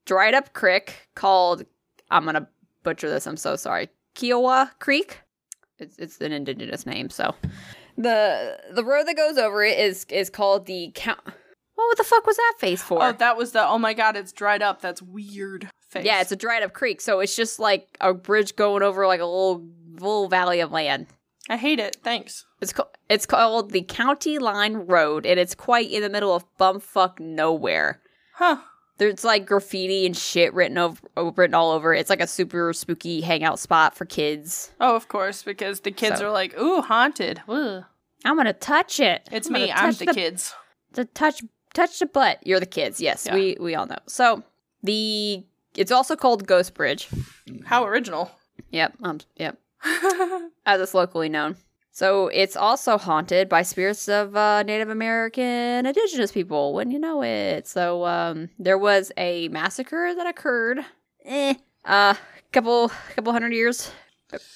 [SPEAKER 1] dried up creek called I'm gonna butcher this. I'm so sorry. Kiowa Creek. It's it's an indigenous name. So the the road that goes over it is is called the count. What the fuck was that face for?
[SPEAKER 2] Oh, that was the. Oh my god, it's dried up. That's weird. Face.
[SPEAKER 1] Yeah, it's a dried up creek, so it's just like a bridge going over like a little little valley of land.
[SPEAKER 2] I hate it. Thanks.
[SPEAKER 1] It's called it's called the County Line Road, and it's quite in the middle of bumfuck nowhere.
[SPEAKER 2] Huh.
[SPEAKER 1] There's like graffiti and shit written over written all over. it. It's like a super spooky hangout spot for kids.
[SPEAKER 2] Oh, of course, because the kids
[SPEAKER 1] So-
[SPEAKER 2] are like, ooh, haunted. Ugh.
[SPEAKER 1] I'm gonna touch it.
[SPEAKER 2] It's
[SPEAKER 1] gonna
[SPEAKER 2] me. I'm
[SPEAKER 1] touch
[SPEAKER 2] the, kids.
[SPEAKER 1] The touch touch the butt. You're the kids. Yes,
[SPEAKER 2] Yeah.
[SPEAKER 1] we we all know. So the it's also called Ghost Bridge.
[SPEAKER 2] How original.
[SPEAKER 1] Yep. Um. Yep.
[SPEAKER 2] oh
[SPEAKER 1] As it's locally known. So it's also haunted by spirits of uh, Native American indigenous people. Wouldn't you know it? So um, there was a massacre that occurred. Eh. Uh, couple couple hundred years,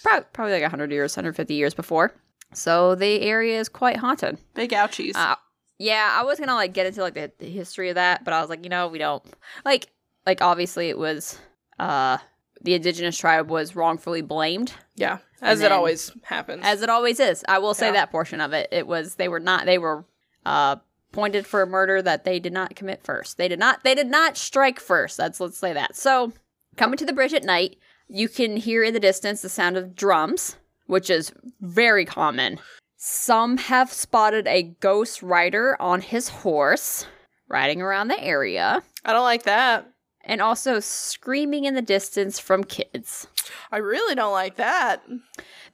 [SPEAKER 1] probably, probably like hundred years, hundred fifty years before. So the area is quite haunted.
[SPEAKER 2] Big ouchies.
[SPEAKER 1] Uh, yeah, I was gonna like get into like the, the history of that, but I was like, you know, we don't like like obviously it was uh the indigenous tribe was wrongfully blamed
[SPEAKER 2] yeah, as it
[SPEAKER 1] then-
[SPEAKER 2] always happens.
[SPEAKER 1] as it always is. I will say
[SPEAKER 2] Yeah.
[SPEAKER 1] that portion of it. It was they were not they were uh pointed for a murder that they did not commit first. They did not they did not strike first. That's let's say that. So coming to the bridge at night, you can hear in the distance the sound of drums, which is very common. Some have spotted a ghost rider on his horse riding around the area
[SPEAKER 2] I don't like that.
[SPEAKER 1] and also screaming in the distance from kids.
[SPEAKER 2] I really don't like that.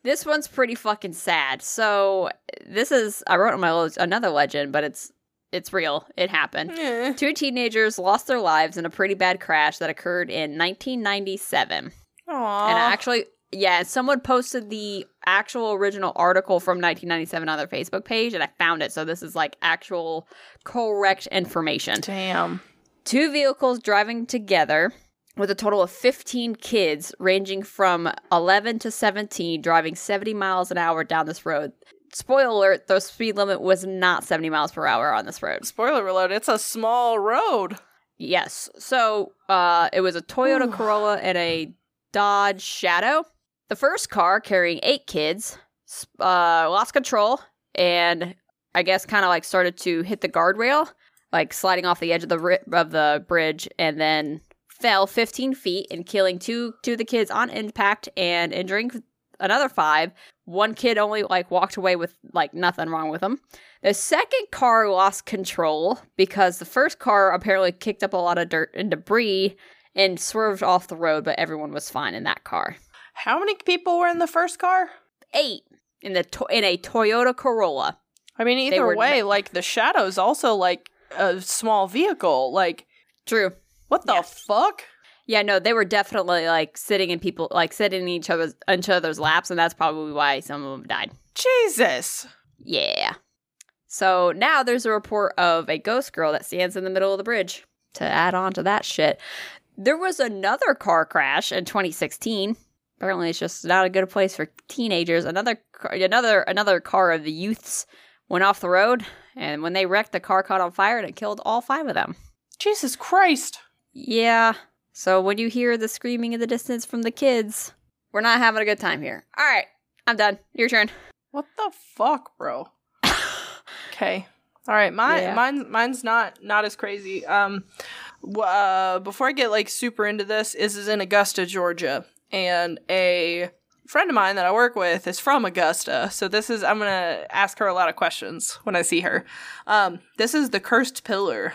[SPEAKER 1] This one's pretty fucking sad. So this is I wrote on my lo- another legend, but it's it's real. It happened.
[SPEAKER 2] Eh.
[SPEAKER 1] Two teenagers lost their lives in a pretty bad crash that occurred in 1997.
[SPEAKER 2] Aw.
[SPEAKER 1] And I actually, yeah, someone posted the actual original article from 1997 on their Facebook page, and I found it. So this is like actual correct information.
[SPEAKER 2] Damn.
[SPEAKER 1] Two vehicles driving together with a total of 15 kids ranging from 11 to 17 driving 70 miles an hour down this road. Spoiler alert, the speed limit was not 70 miles per hour on this road.
[SPEAKER 2] Spoiler alert, it's a small road.
[SPEAKER 1] Yes. So uh, it was a Toyota
[SPEAKER 2] Ooh.
[SPEAKER 1] Corolla and a Dodge Shadow. The first car carrying eight kids s- uh, lost control and I guess kind of like started to hit the guardrail, like sliding off the edge of the ri- of the bridge, and then fell 15 feet and killing two two of the kids on impact and injuring another five. One kid only like walked away with like nothing wrong with him. The second car lost control because the first car apparently kicked up a lot of dirt and debris and swerved off the road, but everyone was fine in that car.
[SPEAKER 2] How many people were in the first car?
[SPEAKER 1] Eight in the to- in a Toyota Corolla.
[SPEAKER 2] I mean,
[SPEAKER 1] They
[SPEAKER 2] either
[SPEAKER 1] were
[SPEAKER 2] way, like the shadow's also like a small vehicle. Like,
[SPEAKER 1] True.
[SPEAKER 2] what the
[SPEAKER 1] Yeah.
[SPEAKER 2] fuck?
[SPEAKER 1] Yeah, no, they were definitely like sitting in people like sitting in each other's in each other's laps, and that's probably why some of them died.
[SPEAKER 2] Jesus.
[SPEAKER 1] Yeah. So now there's a report of a ghost girl that stands in the middle of the bridge. To add on to that shit, there was another car crash in 2016. Apparently, it's just not a good place for teenagers. Another, car- another, another car of the youths went off the road, and when they wrecked, the car caught on fire and it killed all five of them.
[SPEAKER 2] Jesus Christ.
[SPEAKER 1] Yeah. So when you hear the screaming in the distance from the kids, we're not having a good time here. All right, I'm done. Your turn.
[SPEAKER 2] What the fuck, bro? Okay. All right, mine,
[SPEAKER 1] Yeah.
[SPEAKER 2] mine, mine's not not as crazy. Um, wh- uh, before I get like super into this, this is in Augusta, Georgia, and a friend of mine that I work with is from Augusta. So this is I'm gonna ask her a lot of questions when I see her. Um, this is the cursed pillar.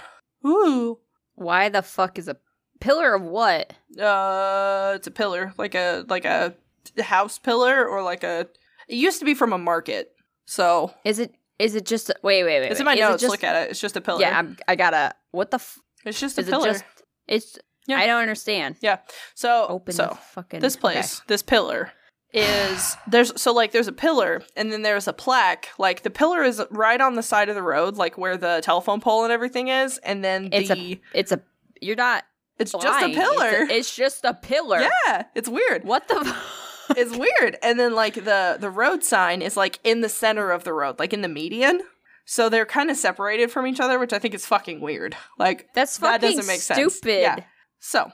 [SPEAKER 2] Ooh,
[SPEAKER 1] Why the fuck is a pillar of what?
[SPEAKER 2] uh, it's a pillar, like a like a house pillar or like a. It used to be from a market, so
[SPEAKER 1] Is it? Is it just? Wait, wait, wait.
[SPEAKER 2] it's in my
[SPEAKER 1] wait. Is
[SPEAKER 2] notes.
[SPEAKER 1] It just,
[SPEAKER 2] Look at it. It's just a pillar.
[SPEAKER 1] Yeah, I'm, I gotta. What the? F-
[SPEAKER 2] it's just a
[SPEAKER 1] is it
[SPEAKER 2] pillar.
[SPEAKER 1] just? It's.
[SPEAKER 2] Yeah.
[SPEAKER 1] I don't understand.
[SPEAKER 2] so
[SPEAKER 1] Open
[SPEAKER 2] so
[SPEAKER 1] the fucking
[SPEAKER 2] this place, this pillar is there's so like there's a pillar and then there's a plaque. Like the pillar is right on the side of the road, like where the telephone pole and everything is, and then
[SPEAKER 1] It's a-
[SPEAKER 2] the
[SPEAKER 1] Okay. It's a. You're not.
[SPEAKER 2] it's just a
[SPEAKER 1] lying. It's
[SPEAKER 2] pillar.
[SPEAKER 1] It's, just a pillar.
[SPEAKER 2] yeah, it's weird.
[SPEAKER 1] What the? f-
[SPEAKER 2] It's weird. And then like the the road sign is like in the center of the road, like in the median. So they're kind of separated from each other, which I think is fucking weird. Like
[SPEAKER 1] That's fucking
[SPEAKER 2] That doesn't make sense.
[SPEAKER 1] stupid.
[SPEAKER 2] Yeah. So,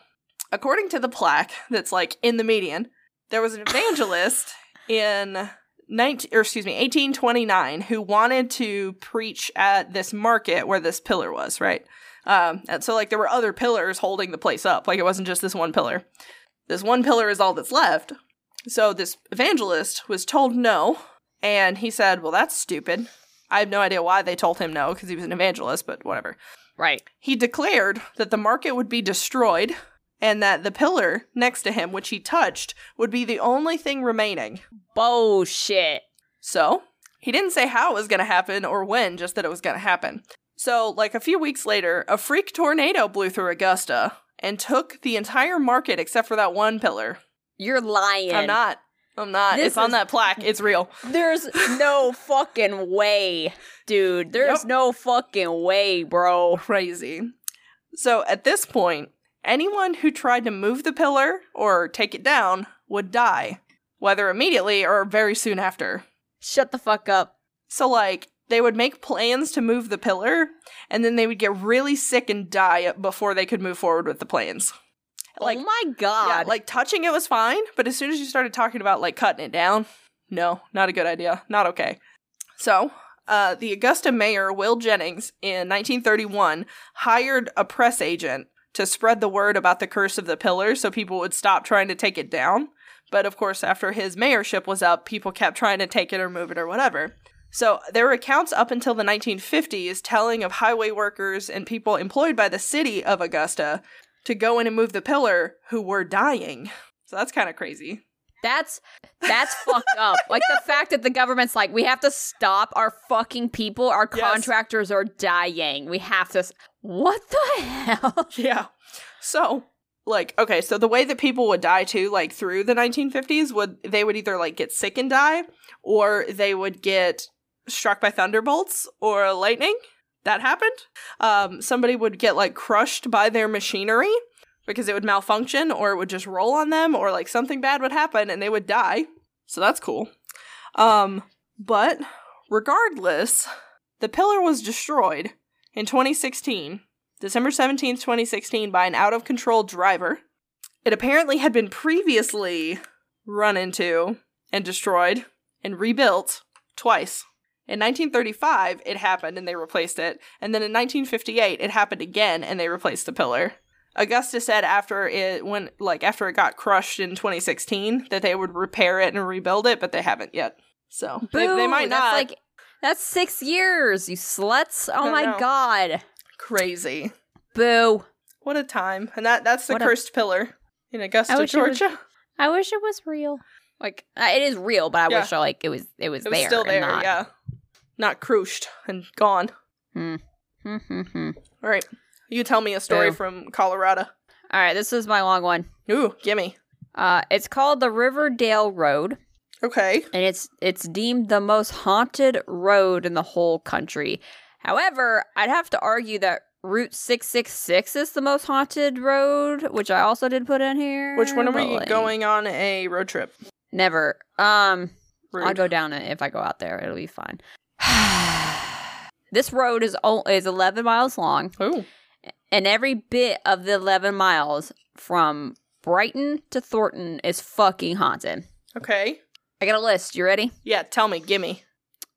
[SPEAKER 2] according to the plaque that's like in the median, there was an evangelist in 19 or excuse me, 1829 who wanted to preach at this market where this pillar was, right? Um, and so like there were other pillars holding the place up. Like it wasn't just this one pillar. This one pillar is all that's left. So this evangelist was told no, and he said, "Well, that's stupid." I have no idea why they told him no because he was an evangelist, but whatever.
[SPEAKER 1] Right.
[SPEAKER 2] He declared that the market would be destroyed and that the pillar next to him, which he touched, would be the only thing remaining.
[SPEAKER 1] Bullshit.
[SPEAKER 2] So, he didn't say how it was going to happen or when, just that it was going to happen. So, like a few weeks later, a freak tornado blew through Augusta and took the entire market except for that one pillar.
[SPEAKER 1] You're lying.
[SPEAKER 2] I'm not. I'm not.
[SPEAKER 1] This
[SPEAKER 2] it's on
[SPEAKER 1] is-
[SPEAKER 2] that plaque. It's real.
[SPEAKER 1] There's no fucking way, dude. There's
[SPEAKER 2] Yep.
[SPEAKER 1] no fucking way, bro.
[SPEAKER 2] crazy. So at this point, anyone who tried to move the pillar or take it down would die, whether immediately or very soon after.
[SPEAKER 1] Shut the fuck up.
[SPEAKER 2] So, like, they would make plans to move the pillar, and then they would get really sick and die before they could move forward with the plans. Like,
[SPEAKER 1] oh my
[SPEAKER 2] yeah,
[SPEAKER 1] god.
[SPEAKER 2] like touching it was fine, but as soon as you started talking about like cutting it down, no, not a good idea. Not okay. So, uh, the Augusta mayor, Will Jennings, in 1931, hired a press agent to spread the word about the curse of the pillar so people would stop trying to take it down. But of course, after his mayorship was up, people kept trying to take it or move it or whatever. So there were accounts up until the 1950s telling of highway workers and people employed by the city of Augusta to go in and move the pillar who were dying. So that's kind of crazy.
[SPEAKER 1] that's that's fucked up. Like the fact that the government's like, we have to stop our fucking people. Our
[SPEAKER 2] Yes.
[SPEAKER 1] contractors are dying. We have to. s- What the hell?
[SPEAKER 2] Yeah. So, like, okay, so the way that people would die too, like through the 1950s, would they would either like get sick and die, or they would get struck by thunderbolts or lightning. That happened. Um, somebody would get like crushed by their machinery. because it would malfunction or it would just roll on them or like something bad would happen and they would die. So that's cool. Um, but regardless, the pillar was destroyed in 2016, December 17th, 2016, by an out of control driver. It apparently had been previously run into and destroyed and rebuilt twice. In 1935, it happened and they replaced it. And then in 1958, it happened again and they replaced the pillar. Augusta said after it when like after it got crushed in 2016 that they would repair it and rebuild it, but they haven't yet. So they, they
[SPEAKER 1] Boo,
[SPEAKER 2] might not.
[SPEAKER 1] That's like that's six years, you sluts. Oh
[SPEAKER 2] I
[SPEAKER 1] my
[SPEAKER 2] know.
[SPEAKER 1] god.
[SPEAKER 2] crazy.
[SPEAKER 1] Boo.
[SPEAKER 2] What a time! And that that's the
[SPEAKER 1] What a-
[SPEAKER 2] cursed pillar in
[SPEAKER 1] I
[SPEAKER 2] Augusta,
[SPEAKER 1] wish it was-
[SPEAKER 2] Georgia.
[SPEAKER 1] I wish it was real. Like uh, it is real, but I
[SPEAKER 2] Yeah.
[SPEAKER 1] wish uh, like it was it was,
[SPEAKER 2] It was
[SPEAKER 1] there.
[SPEAKER 2] still
[SPEAKER 1] and
[SPEAKER 2] there,
[SPEAKER 1] not-
[SPEAKER 2] yeah. Not crushed and gone.
[SPEAKER 1] Hmm, hmm, hmm.
[SPEAKER 2] All right, you tell me a story
[SPEAKER 1] Boo.
[SPEAKER 2] from Colorado.
[SPEAKER 1] All right, this is my long one.
[SPEAKER 2] Ooh, gimme.
[SPEAKER 1] Uh, it's called the Riverdale Road,
[SPEAKER 2] Okay.
[SPEAKER 1] and it's it's deemed the most haunted road in the whole country. However, I'd have to argue that Route six six six is the most haunted road, which I also did put in here.
[SPEAKER 2] Which one are
[SPEAKER 1] but,
[SPEAKER 2] we
[SPEAKER 1] like,
[SPEAKER 2] going on a road trip?
[SPEAKER 1] Never. Um, I'll
[SPEAKER 2] Rude.
[SPEAKER 1] go down it if I go out there. It'll be fine. this road is o- is eleven miles long.
[SPEAKER 2] Ooh.
[SPEAKER 1] and every bit of the 11 miles from Brighton to Thornton is fucking haunted.
[SPEAKER 2] Okay.
[SPEAKER 1] I got a list. You ready?
[SPEAKER 2] Yeah, tell me, gimme.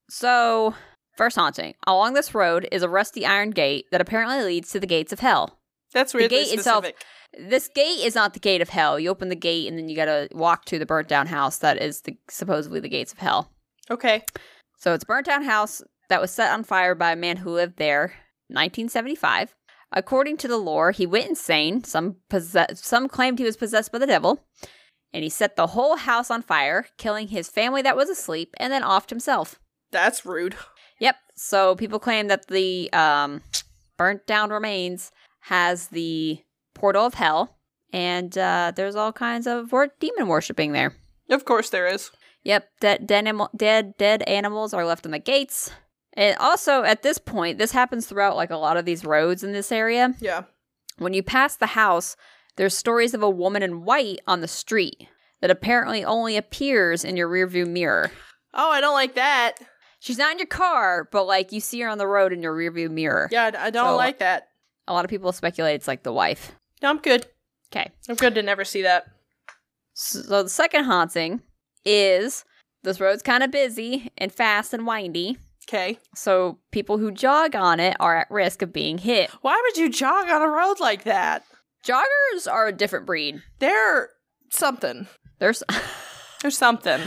[SPEAKER 1] So, first haunting. Along this road is a rusty iron gate that apparently leads to the gates of hell.
[SPEAKER 2] That's weirdly
[SPEAKER 1] gate itself-
[SPEAKER 2] specific.
[SPEAKER 1] This gate is not the gate of hell. You open the gate and then you got to walk to the burnt down house that is the, supposedly the gates of hell.
[SPEAKER 2] Okay.
[SPEAKER 1] So it's a burnt down house that was set on fire by a man who lived there, 1975. According to the lore, he went insane. Some possess- some claimed he was possessed by the devil, and he set the whole house on fire, killing his family that was asleep, and then offed himself.
[SPEAKER 2] That's rude.
[SPEAKER 1] Yep. So people claim that the um, burnt down remains has the portal of hell, and uh, there's all kinds of wor- demon worshipping there.
[SPEAKER 2] Of course there is.
[SPEAKER 1] Yep, dead dead, animal, dead dead animals are left on the gates. And also at this point, this happens throughout like a lot of these roads in this area.
[SPEAKER 2] Yeah.
[SPEAKER 1] When you pass the house, there's stories of a woman in white on the street that apparently only appears in your rearview mirror.
[SPEAKER 2] Oh, I don't like that.
[SPEAKER 1] She's not in your car, but like you see her on the road in your rearview mirror.
[SPEAKER 2] Yeah, I- I don't
[SPEAKER 1] So-
[SPEAKER 2] like that.
[SPEAKER 1] A lot of people speculate it's like the wife.
[SPEAKER 2] No, I'm good.
[SPEAKER 1] Okay.
[SPEAKER 2] I'm good to never see that.
[SPEAKER 1] So the second haunting is this road's kind of busy and fast and windy.
[SPEAKER 2] Okay.
[SPEAKER 1] So people who jog on it are at risk of being hit.
[SPEAKER 2] Why would you jog on a road like that?
[SPEAKER 1] Joggers are a different breed.
[SPEAKER 2] They're something.
[SPEAKER 1] There's
[SPEAKER 2] There's something.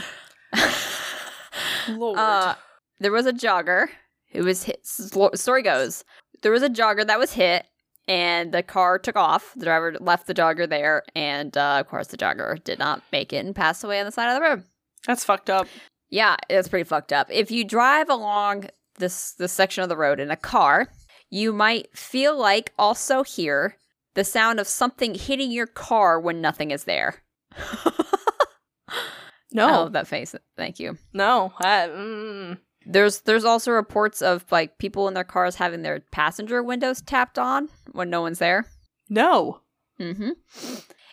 [SPEAKER 2] Oh, Lord.
[SPEAKER 1] uh there was a jogger who was hit slo- story goes there was a jogger that was hit and the car took off. The driver left the jogger there and uh, of course the jogger did not make it and passed away on the side of the road.
[SPEAKER 2] That's fucked up.
[SPEAKER 1] Yeah, it's pretty fucked up. If you drive along this this section of the road in a car, you might feel like also hear the sound of something hitting your car when nothing is there. I
[SPEAKER 2] No.
[SPEAKER 1] love that face. Thank you.
[SPEAKER 2] No. I, mm.
[SPEAKER 1] There's there's also reports of like people in their cars having their passenger windows tapped on when no one's there.
[SPEAKER 2] No.
[SPEAKER 1] Mm-hmm.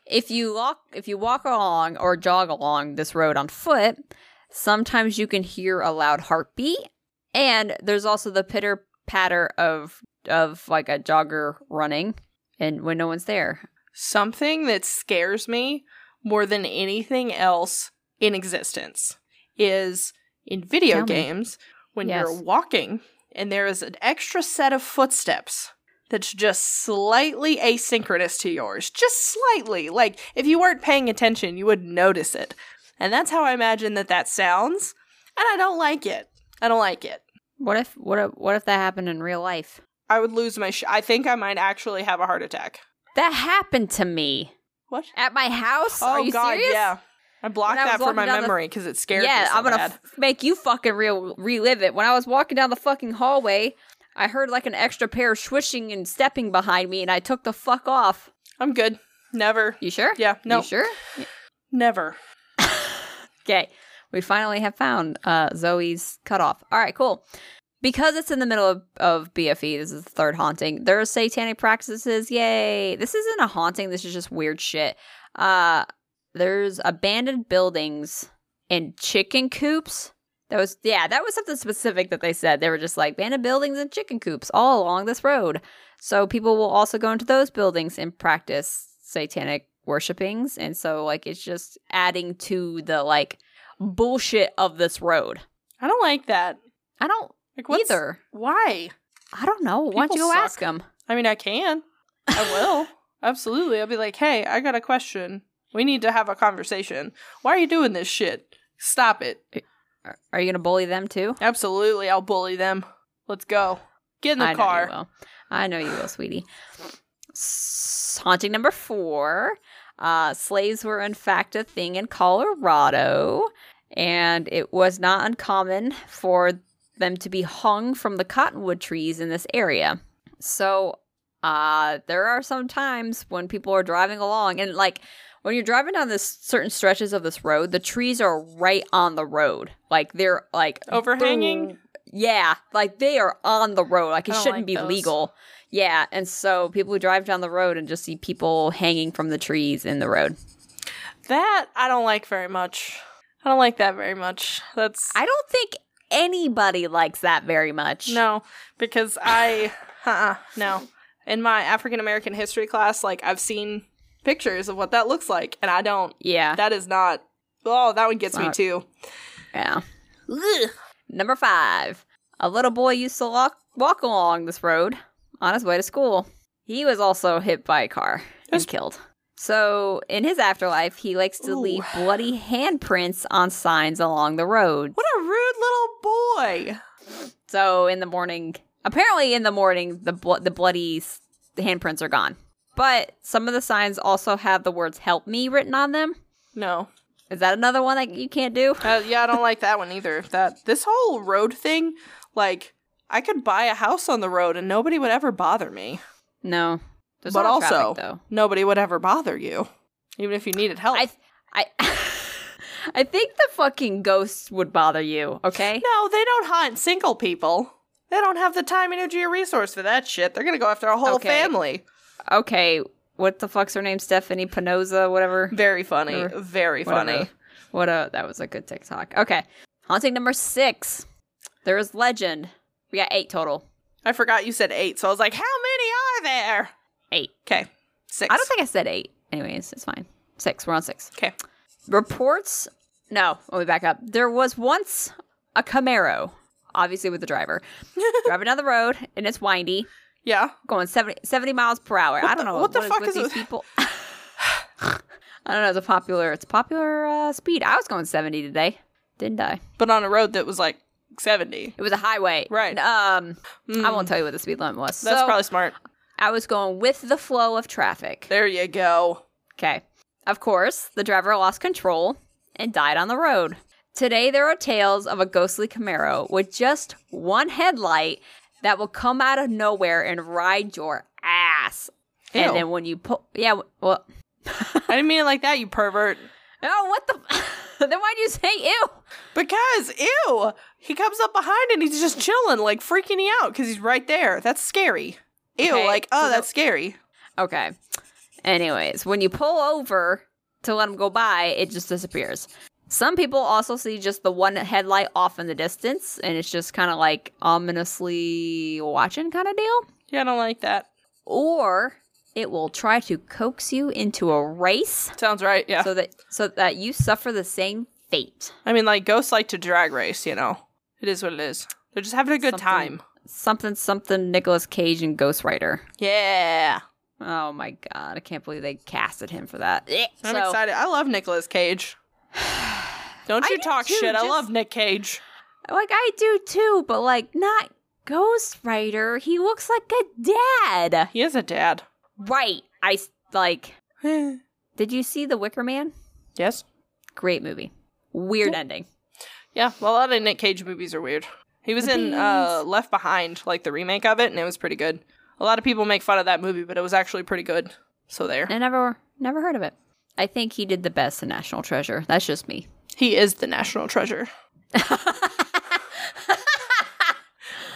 [SPEAKER 1] If you walk, if you walk along or jog along this road on foot, sometimes you can hear a loud heartbeat, and there's also the pitter patter of of like a jogger running, and when no one's there.
[SPEAKER 2] something that scares me more than anything else in existence is in video
[SPEAKER 1] Tell me.
[SPEAKER 2] games when
[SPEAKER 1] Yes.
[SPEAKER 2] you're walking and there is an extra set of footsteps that's just slightly asynchronous to yours just slightly like if you weren't paying attention you would notice it and that's how i imagine that that sounds and i don't like it i don't like it
[SPEAKER 1] What if what if, what if that happened in real life?
[SPEAKER 2] i would lose my sh- i think i might actually have a heart attack
[SPEAKER 1] That happened to me
[SPEAKER 2] what
[SPEAKER 1] at my house. Are you serious?
[SPEAKER 2] Oh, yeah. I blocked
[SPEAKER 1] When I
[SPEAKER 2] that
[SPEAKER 1] was
[SPEAKER 2] from my
[SPEAKER 1] walking down the-
[SPEAKER 2] memory because it scared me.
[SPEAKER 1] yeah,
[SPEAKER 2] so
[SPEAKER 1] I'm gonna
[SPEAKER 2] bad.
[SPEAKER 1] f- make you fucking real relive it. When I was walking down the fucking hallway, I heard like an extra pair swishing and stepping behind me, and I took the fuck off.
[SPEAKER 2] I'm good. Never.
[SPEAKER 1] You sure?
[SPEAKER 2] Yeah, no.
[SPEAKER 1] You sure?
[SPEAKER 2] Never.
[SPEAKER 1] Okay. We finally have found uh, Zoe's cutoff. All right, cool. because it's in the middle of, of BFE, this is the third haunting. There are satanic practices. Yay. This isn't a haunting. This is just weird shit. Uh, there's abandoned buildings and chicken coops. That was, yeah, that was something specific that they said. They were just like abandoned buildings and chicken coops all along this road. So people will also go into those buildings and practice satanic worshipings. And so, like, it's just adding to the, like, bullshit of this road.
[SPEAKER 2] I don't like that.
[SPEAKER 1] I don't
[SPEAKER 2] Like what's,
[SPEAKER 1] either.
[SPEAKER 2] Why?
[SPEAKER 1] I don't know. Why don't you
[SPEAKER 2] People
[SPEAKER 1] go
[SPEAKER 2] suck.
[SPEAKER 1] ask them?
[SPEAKER 2] I mean, I can. I will. Absolutely. I'll be like, hey, I got a question. We need to have a conversation. Why are you doing this shit? Stop it.
[SPEAKER 1] Are you gonna bully them too?
[SPEAKER 2] Absolutely. I'll bully them. Let's go. Get in the
[SPEAKER 1] I
[SPEAKER 2] car.
[SPEAKER 1] know you will. I know you will, sweetie. S- haunting number four. Uh, slaves were in fact a thing in Colorado, and it was not uncommon for them to be hung from the cottonwood trees in this area. So uh, there are some times when people are driving along, and like when you're driving down this certain stretches of this road, the trees are right on the road, like they're like
[SPEAKER 2] Overhanging?
[SPEAKER 1] boom. Yeah, like they are on the road. Like it
[SPEAKER 2] I don't
[SPEAKER 1] shouldn't
[SPEAKER 2] like
[SPEAKER 1] be
[SPEAKER 2] those.
[SPEAKER 1] legal. Yeah, and so people who drive down the road and just see people hanging from the trees in the road.
[SPEAKER 2] That I don't like very much. I don't like that very much. That's
[SPEAKER 1] I don't think anybody likes that very much.
[SPEAKER 2] no, because I uh-uh, no. In my African American history class, like I've seen pictures of what that looks like, and I don't.
[SPEAKER 1] Yeah.
[SPEAKER 2] That is not. Oh, that one gets me
[SPEAKER 1] Not-
[SPEAKER 2] too.
[SPEAKER 1] yeah.
[SPEAKER 2] Ugh.
[SPEAKER 1] Number five. A little boy used to walk, walk along this road on his way to school. He was also hit by a car and
[SPEAKER 2] That's-
[SPEAKER 1] killed. So, in his afterlife, he likes to
[SPEAKER 2] Ooh.
[SPEAKER 1] leave bloody handprints on signs along the road.
[SPEAKER 2] What a rude little boy.
[SPEAKER 1] So in the morning, apparently in the morning, the blo- the bloody s- the handprints are gone. But some of the signs also have the words "Help Me" written on them.
[SPEAKER 2] No.
[SPEAKER 1] Is that another one that you can't do?
[SPEAKER 2] Uh, yeah, I don't like that one either. That this whole road thing, like I could buy a house on the road and nobody would ever bother me.
[SPEAKER 1] No. There's
[SPEAKER 2] But
[SPEAKER 1] a lot of
[SPEAKER 2] also-
[SPEAKER 1] traffic, though.
[SPEAKER 2] Nobody would ever bother you, even if you needed help.
[SPEAKER 1] I, I, I think the fucking ghosts would bother you. Okay.
[SPEAKER 2] no, they don't hunt single people. They don't have the time, energy, or resource for that shit. They're gonna go after a whole
[SPEAKER 1] Okay.
[SPEAKER 2] family.
[SPEAKER 1] Okay. What the fuck's her name? Stephanie Pinoza, whatever.
[SPEAKER 2] Very funny.
[SPEAKER 1] Or
[SPEAKER 2] Very
[SPEAKER 1] What
[SPEAKER 2] funny.
[SPEAKER 1] a- What a that was a good TikTok. Okay. Haunting number six. There is legend. We got eight total.
[SPEAKER 2] I forgot you said eight, so I was like, how many are there?
[SPEAKER 1] Eight.
[SPEAKER 2] Okay, six.
[SPEAKER 1] I don't think I said eight. Anyways, it's fine. Six. We're on six.
[SPEAKER 2] Okay.
[SPEAKER 1] Reports. No, let me back up. There was once a Camaro, obviously with the driver, driving down the road, and it's windy,
[SPEAKER 2] Yeah.
[SPEAKER 1] going 70, 70 miles per hour. I don't
[SPEAKER 2] the-
[SPEAKER 1] know
[SPEAKER 2] what the fuck
[SPEAKER 1] with
[SPEAKER 2] is
[SPEAKER 1] these
[SPEAKER 2] with-
[SPEAKER 1] people. I don't know. It's a popular. It's a popular uh, speed. I was going seventy today. Didn't I?
[SPEAKER 2] But on a road that was like seventy.
[SPEAKER 1] It was a highway.
[SPEAKER 2] Right.
[SPEAKER 1] Um. I
[SPEAKER 2] Mm,
[SPEAKER 1] won't tell you what the speed limit was.
[SPEAKER 2] That's
[SPEAKER 1] so
[SPEAKER 2] probably smart.
[SPEAKER 1] I was going with the flow of traffic.
[SPEAKER 2] There you go.
[SPEAKER 1] Okay. Of course, the driver lost control and died on the road. Today, there are tales of a ghostly Camaro with just one headlight that will come out of nowhere and ride your ass.
[SPEAKER 2] Ew.
[SPEAKER 1] And then when you pull, yeah, w- well,
[SPEAKER 2] I didn't mean it like that, you pervert.
[SPEAKER 1] oh, what the? then why'd you say ew?
[SPEAKER 2] Because, ew, he comes up behind and he's just chilling, like freaking you out because he's right there. That's scary. Ew,
[SPEAKER 1] Okay,
[SPEAKER 2] like, oh,
[SPEAKER 1] so
[SPEAKER 2] that's
[SPEAKER 1] that-
[SPEAKER 2] scary.
[SPEAKER 1] Okay. Anyways, when you pull over to let them go by, it just disappears. Some people also see just the one headlight off in the distance, and it's just kind of like ominously watching kind of deal.
[SPEAKER 2] Yeah, I don't like that.
[SPEAKER 1] Or it will try to coax you into a race
[SPEAKER 2] Sounds right, yeah.
[SPEAKER 1] so that so that you suffer the same fate.
[SPEAKER 2] I mean, like, ghosts like to drag race, you know. It is what it is. They're just having a good
[SPEAKER 1] Something-
[SPEAKER 2] time.
[SPEAKER 1] Something something Nicolas Cage and Ghost Rider.
[SPEAKER 2] Yeah.
[SPEAKER 1] Oh my god, I can't believe they casted him for that. Eh,
[SPEAKER 2] I'm
[SPEAKER 1] so-
[SPEAKER 2] excited. I love Nicolas Cage. Don't
[SPEAKER 1] I
[SPEAKER 2] you
[SPEAKER 1] do
[SPEAKER 2] talk
[SPEAKER 1] too,
[SPEAKER 2] shit. I
[SPEAKER 1] just-
[SPEAKER 2] love Nick Cage.
[SPEAKER 1] Like I do too, but like not Ghost Rider. He looks like a dad.
[SPEAKER 2] He is a dad.
[SPEAKER 1] Right. I s- like
[SPEAKER 2] yes.
[SPEAKER 1] did you see The Wicker Man? Great movie. Weird ending.
[SPEAKER 2] Yeah, well, a lot of Nick Cage movies are weird. He was
[SPEAKER 1] The
[SPEAKER 2] in uh, Left Behind, like the remake of it, and it was pretty good. A lot of people make fun of that movie, but it was actually pretty good. So there.
[SPEAKER 1] I never never heard of it. I think he did the best in National Treasure. That's just me.
[SPEAKER 2] He is the national treasure.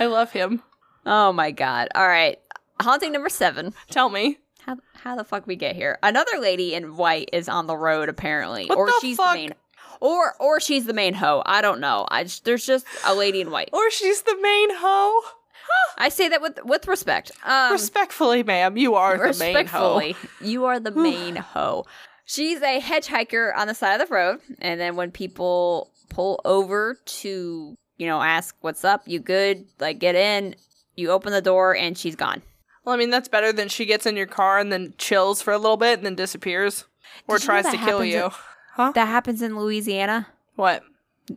[SPEAKER 2] I love him.
[SPEAKER 1] Oh my god. All right. Haunting number seven.
[SPEAKER 2] Tell me.
[SPEAKER 1] How, how the fuck we get here? Another lady in white is on the road apparently,
[SPEAKER 2] What
[SPEAKER 1] or
[SPEAKER 2] the
[SPEAKER 1] she's
[SPEAKER 2] fuck?
[SPEAKER 1] the main, or or she's the main hoe. I don't know. I just, there's just a lady in white.
[SPEAKER 2] Or she's the main hoe.
[SPEAKER 1] I say that with with respect. Um,
[SPEAKER 2] Respectfully, ma'am, you are the main hoe.
[SPEAKER 1] respectfully, you are the main hoe. She's a hitchhiker on the side of the road, and then when people pull over to you know ask what's up, you good, like get in, you open the door, and she's gone.
[SPEAKER 2] Well, I mean, that's better than she gets in your car and then chills for a little bit and then disappears or
[SPEAKER 1] Did you know
[SPEAKER 2] tries
[SPEAKER 1] that
[SPEAKER 2] to kill
[SPEAKER 1] happens
[SPEAKER 2] you.
[SPEAKER 1] in- That happens in Louisiana,
[SPEAKER 2] What?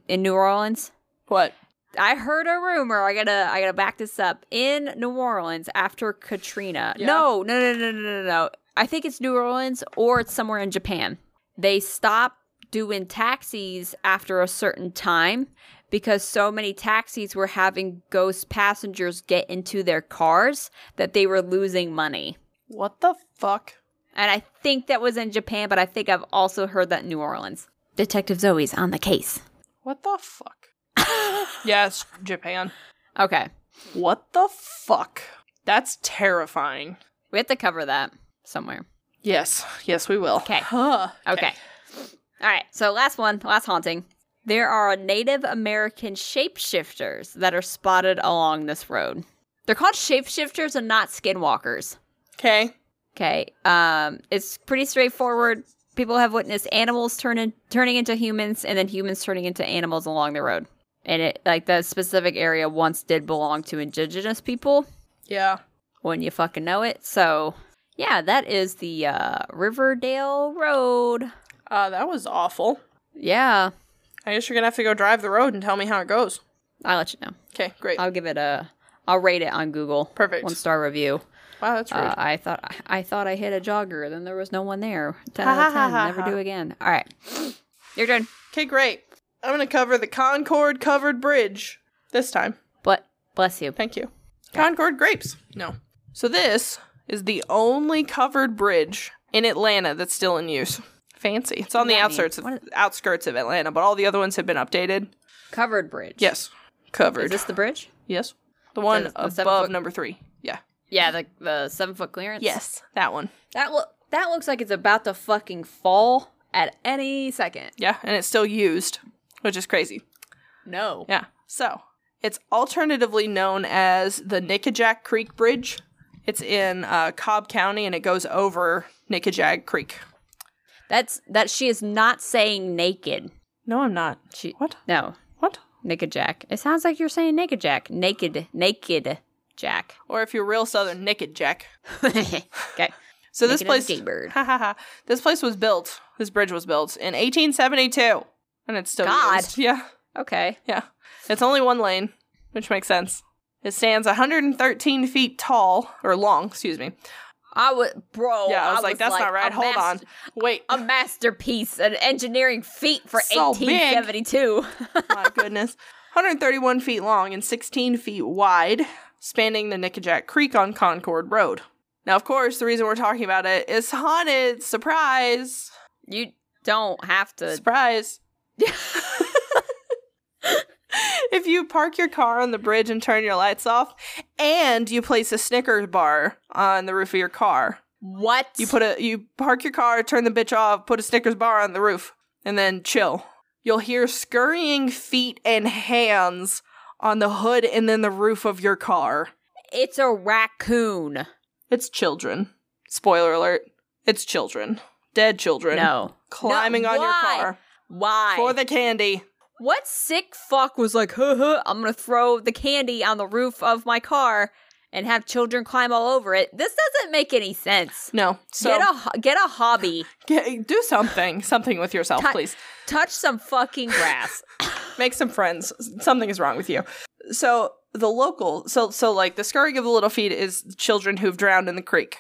[SPEAKER 1] in New Orleans.
[SPEAKER 2] What?
[SPEAKER 1] I heard a rumor. I gotta, I gotta back this up. In New Orleans, after Katrina,
[SPEAKER 2] Yeah.
[SPEAKER 1] no, no, no, no, no, no, no. I think it's New Orleans or it's somewhere in Japan. They stop doing taxis after a certain time because so many taxis were having ghost passengers get into their cars that they were losing money.
[SPEAKER 2] What the fuck?
[SPEAKER 1] And I think that was in Japan, but I think I've also heard that in New Orleans. Detective Zoe's on the case.
[SPEAKER 2] What the fuck? yes, Japan.
[SPEAKER 1] Okay,
[SPEAKER 2] What the fuck? That's terrifying.
[SPEAKER 1] we have to cover that somewhere.
[SPEAKER 2] Yes, yes, we will.
[SPEAKER 1] 'Kay.
[SPEAKER 2] Huh.
[SPEAKER 1] Okay. All right. So last one, last haunting. There are Native American shapeshifters that are spotted along this road. They're called shapeshifters and not skinwalkers.
[SPEAKER 2] Okay.
[SPEAKER 1] Okay. Um, it's pretty straightforward. People have witnessed animals turning turning into humans and then humans turning into animals along the road. And it like that specific area once did belong to indigenous people
[SPEAKER 2] Yeah.
[SPEAKER 1] when you fucking know it. So yeah, that is the uh, Riverdale Road.
[SPEAKER 2] Uh, that was awful.
[SPEAKER 1] Yeah.
[SPEAKER 2] I guess you're gonna have to go drive the road and tell me how it goes.
[SPEAKER 1] I'll let you know.
[SPEAKER 2] Okay, great.
[SPEAKER 1] I'll give it a. I'll rate it on Google.
[SPEAKER 2] Perfect.
[SPEAKER 1] One star review.
[SPEAKER 2] wow, that's rude.
[SPEAKER 1] Uh, I thought I thought I hit a jogger, then there was no one there. Ten out of ten. Never do again. All right, your turn.
[SPEAKER 2] okay, great. I'm gonna cover the Concord covered bridge this time.
[SPEAKER 1] But bless you.
[SPEAKER 2] Thank you. Concord grapes. No. So this is the only covered bridge in Atlanta that's still in use. Fancy. It's on the
[SPEAKER 1] What does that mean?
[SPEAKER 2] outskirts of,
[SPEAKER 1] What is-
[SPEAKER 2] outskirts of Atlanta, but all the other ones have been updated.
[SPEAKER 1] Covered bridge.
[SPEAKER 2] Yes.
[SPEAKER 1] Is
[SPEAKER 2] Covered.
[SPEAKER 1] this the bridge?
[SPEAKER 2] yes. The one
[SPEAKER 1] the seven
[SPEAKER 2] above
[SPEAKER 1] foot-
[SPEAKER 2] number three. Yeah.
[SPEAKER 1] Yeah, the the seven foot clearance.
[SPEAKER 2] That one.
[SPEAKER 1] That look that looks like it's about to fucking fall at any second.
[SPEAKER 2] Yeah. And it's still used, which is crazy.
[SPEAKER 1] No.
[SPEAKER 2] Yeah. So it's alternatively known as the Nickajack Creek Bridge. It's in uh, Cobb County and it goes over Nickajack Creek.
[SPEAKER 1] That's that. She is not saying naked.
[SPEAKER 2] No, I'm not.
[SPEAKER 1] She
[SPEAKER 2] What?
[SPEAKER 1] No.
[SPEAKER 2] What?
[SPEAKER 1] Naked Jack. It sounds like you're saying naked Jack. Naked. Naked Jack.
[SPEAKER 2] Or if you're real southern, Nickajack.
[SPEAKER 1] okay.
[SPEAKER 2] So
[SPEAKER 1] Naked as
[SPEAKER 2] this
[SPEAKER 1] a
[SPEAKER 2] place,
[SPEAKER 1] jaybird.
[SPEAKER 2] Ha, ha, ha. this place was built. This bridge was built in 1872, and it's still
[SPEAKER 1] God.
[SPEAKER 2] used. Yeah,
[SPEAKER 1] Okay.
[SPEAKER 2] yeah. It's only one lane, which makes sense. It stands 113 feet tall or long. Excuse me.
[SPEAKER 1] I would, bro.
[SPEAKER 2] yeah, Oh, I was like, that's not right.
[SPEAKER 1] a
[SPEAKER 2] Hold
[SPEAKER 1] mas-
[SPEAKER 2] on. Wait.
[SPEAKER 1] A masterpiece, an engineering feat for
[SPEAKER 2] So big.
[SPEAKER 1] 1872.
[SPEAKER 2] My goodness. 131 feet long and 16 feet wide, spanning the Nickajack Creek on Concord Road. Now, of course, the reason we're talking about it is haunted. Surprise.
[SPEAKER 1] you don't have to.
[SPEAKER 2] Surprise. if you park your car on the bridge and turn your lights off, and you place a Snickers bar on the roof of your car,
[SPEAKER 1] What?
[SPEAKER 2] you put a you park your car, turn the bitch off, put a Snickers bar on the roof, and then chill. You'll hear scurrying feet and hands on the hood and then the roof of your car.
[SPEAKER 1] it's a raccoon.
[SPEAKER 2] It's children. Spoiler alert. It's children. Dead children.
[SPEAKER 1] No.
[SPEAKER 2] Climbing
[SPEAKER 1] No,
[SPEAKER 2] on your
[SPEAKER 1] why?
[SPEAKER 2] car
[SPEAKER 1] Why?
[SPEAKER 2] for the candy.
[SPEAKER 1] what sick fuck was like, huh, huh, I'm going to throw the candy on the roof of my car and have children climb all over it? This doesn't make any sense.
[SPEAKER 2] No. So
[SPEAKER 1] get a ho- get a hobby.
[SPEAKER 2] Get, do something, something with yourself,
[SPEAKER 1] Ti-
[SPEAKER 2] please.
[SPEAKER 1] Touch some fucking grass.
[SPEAKER 2] Make some friends. Something is wrong with you. So the local, so so like the scurrying of the little feet is children who've drowned in the creek.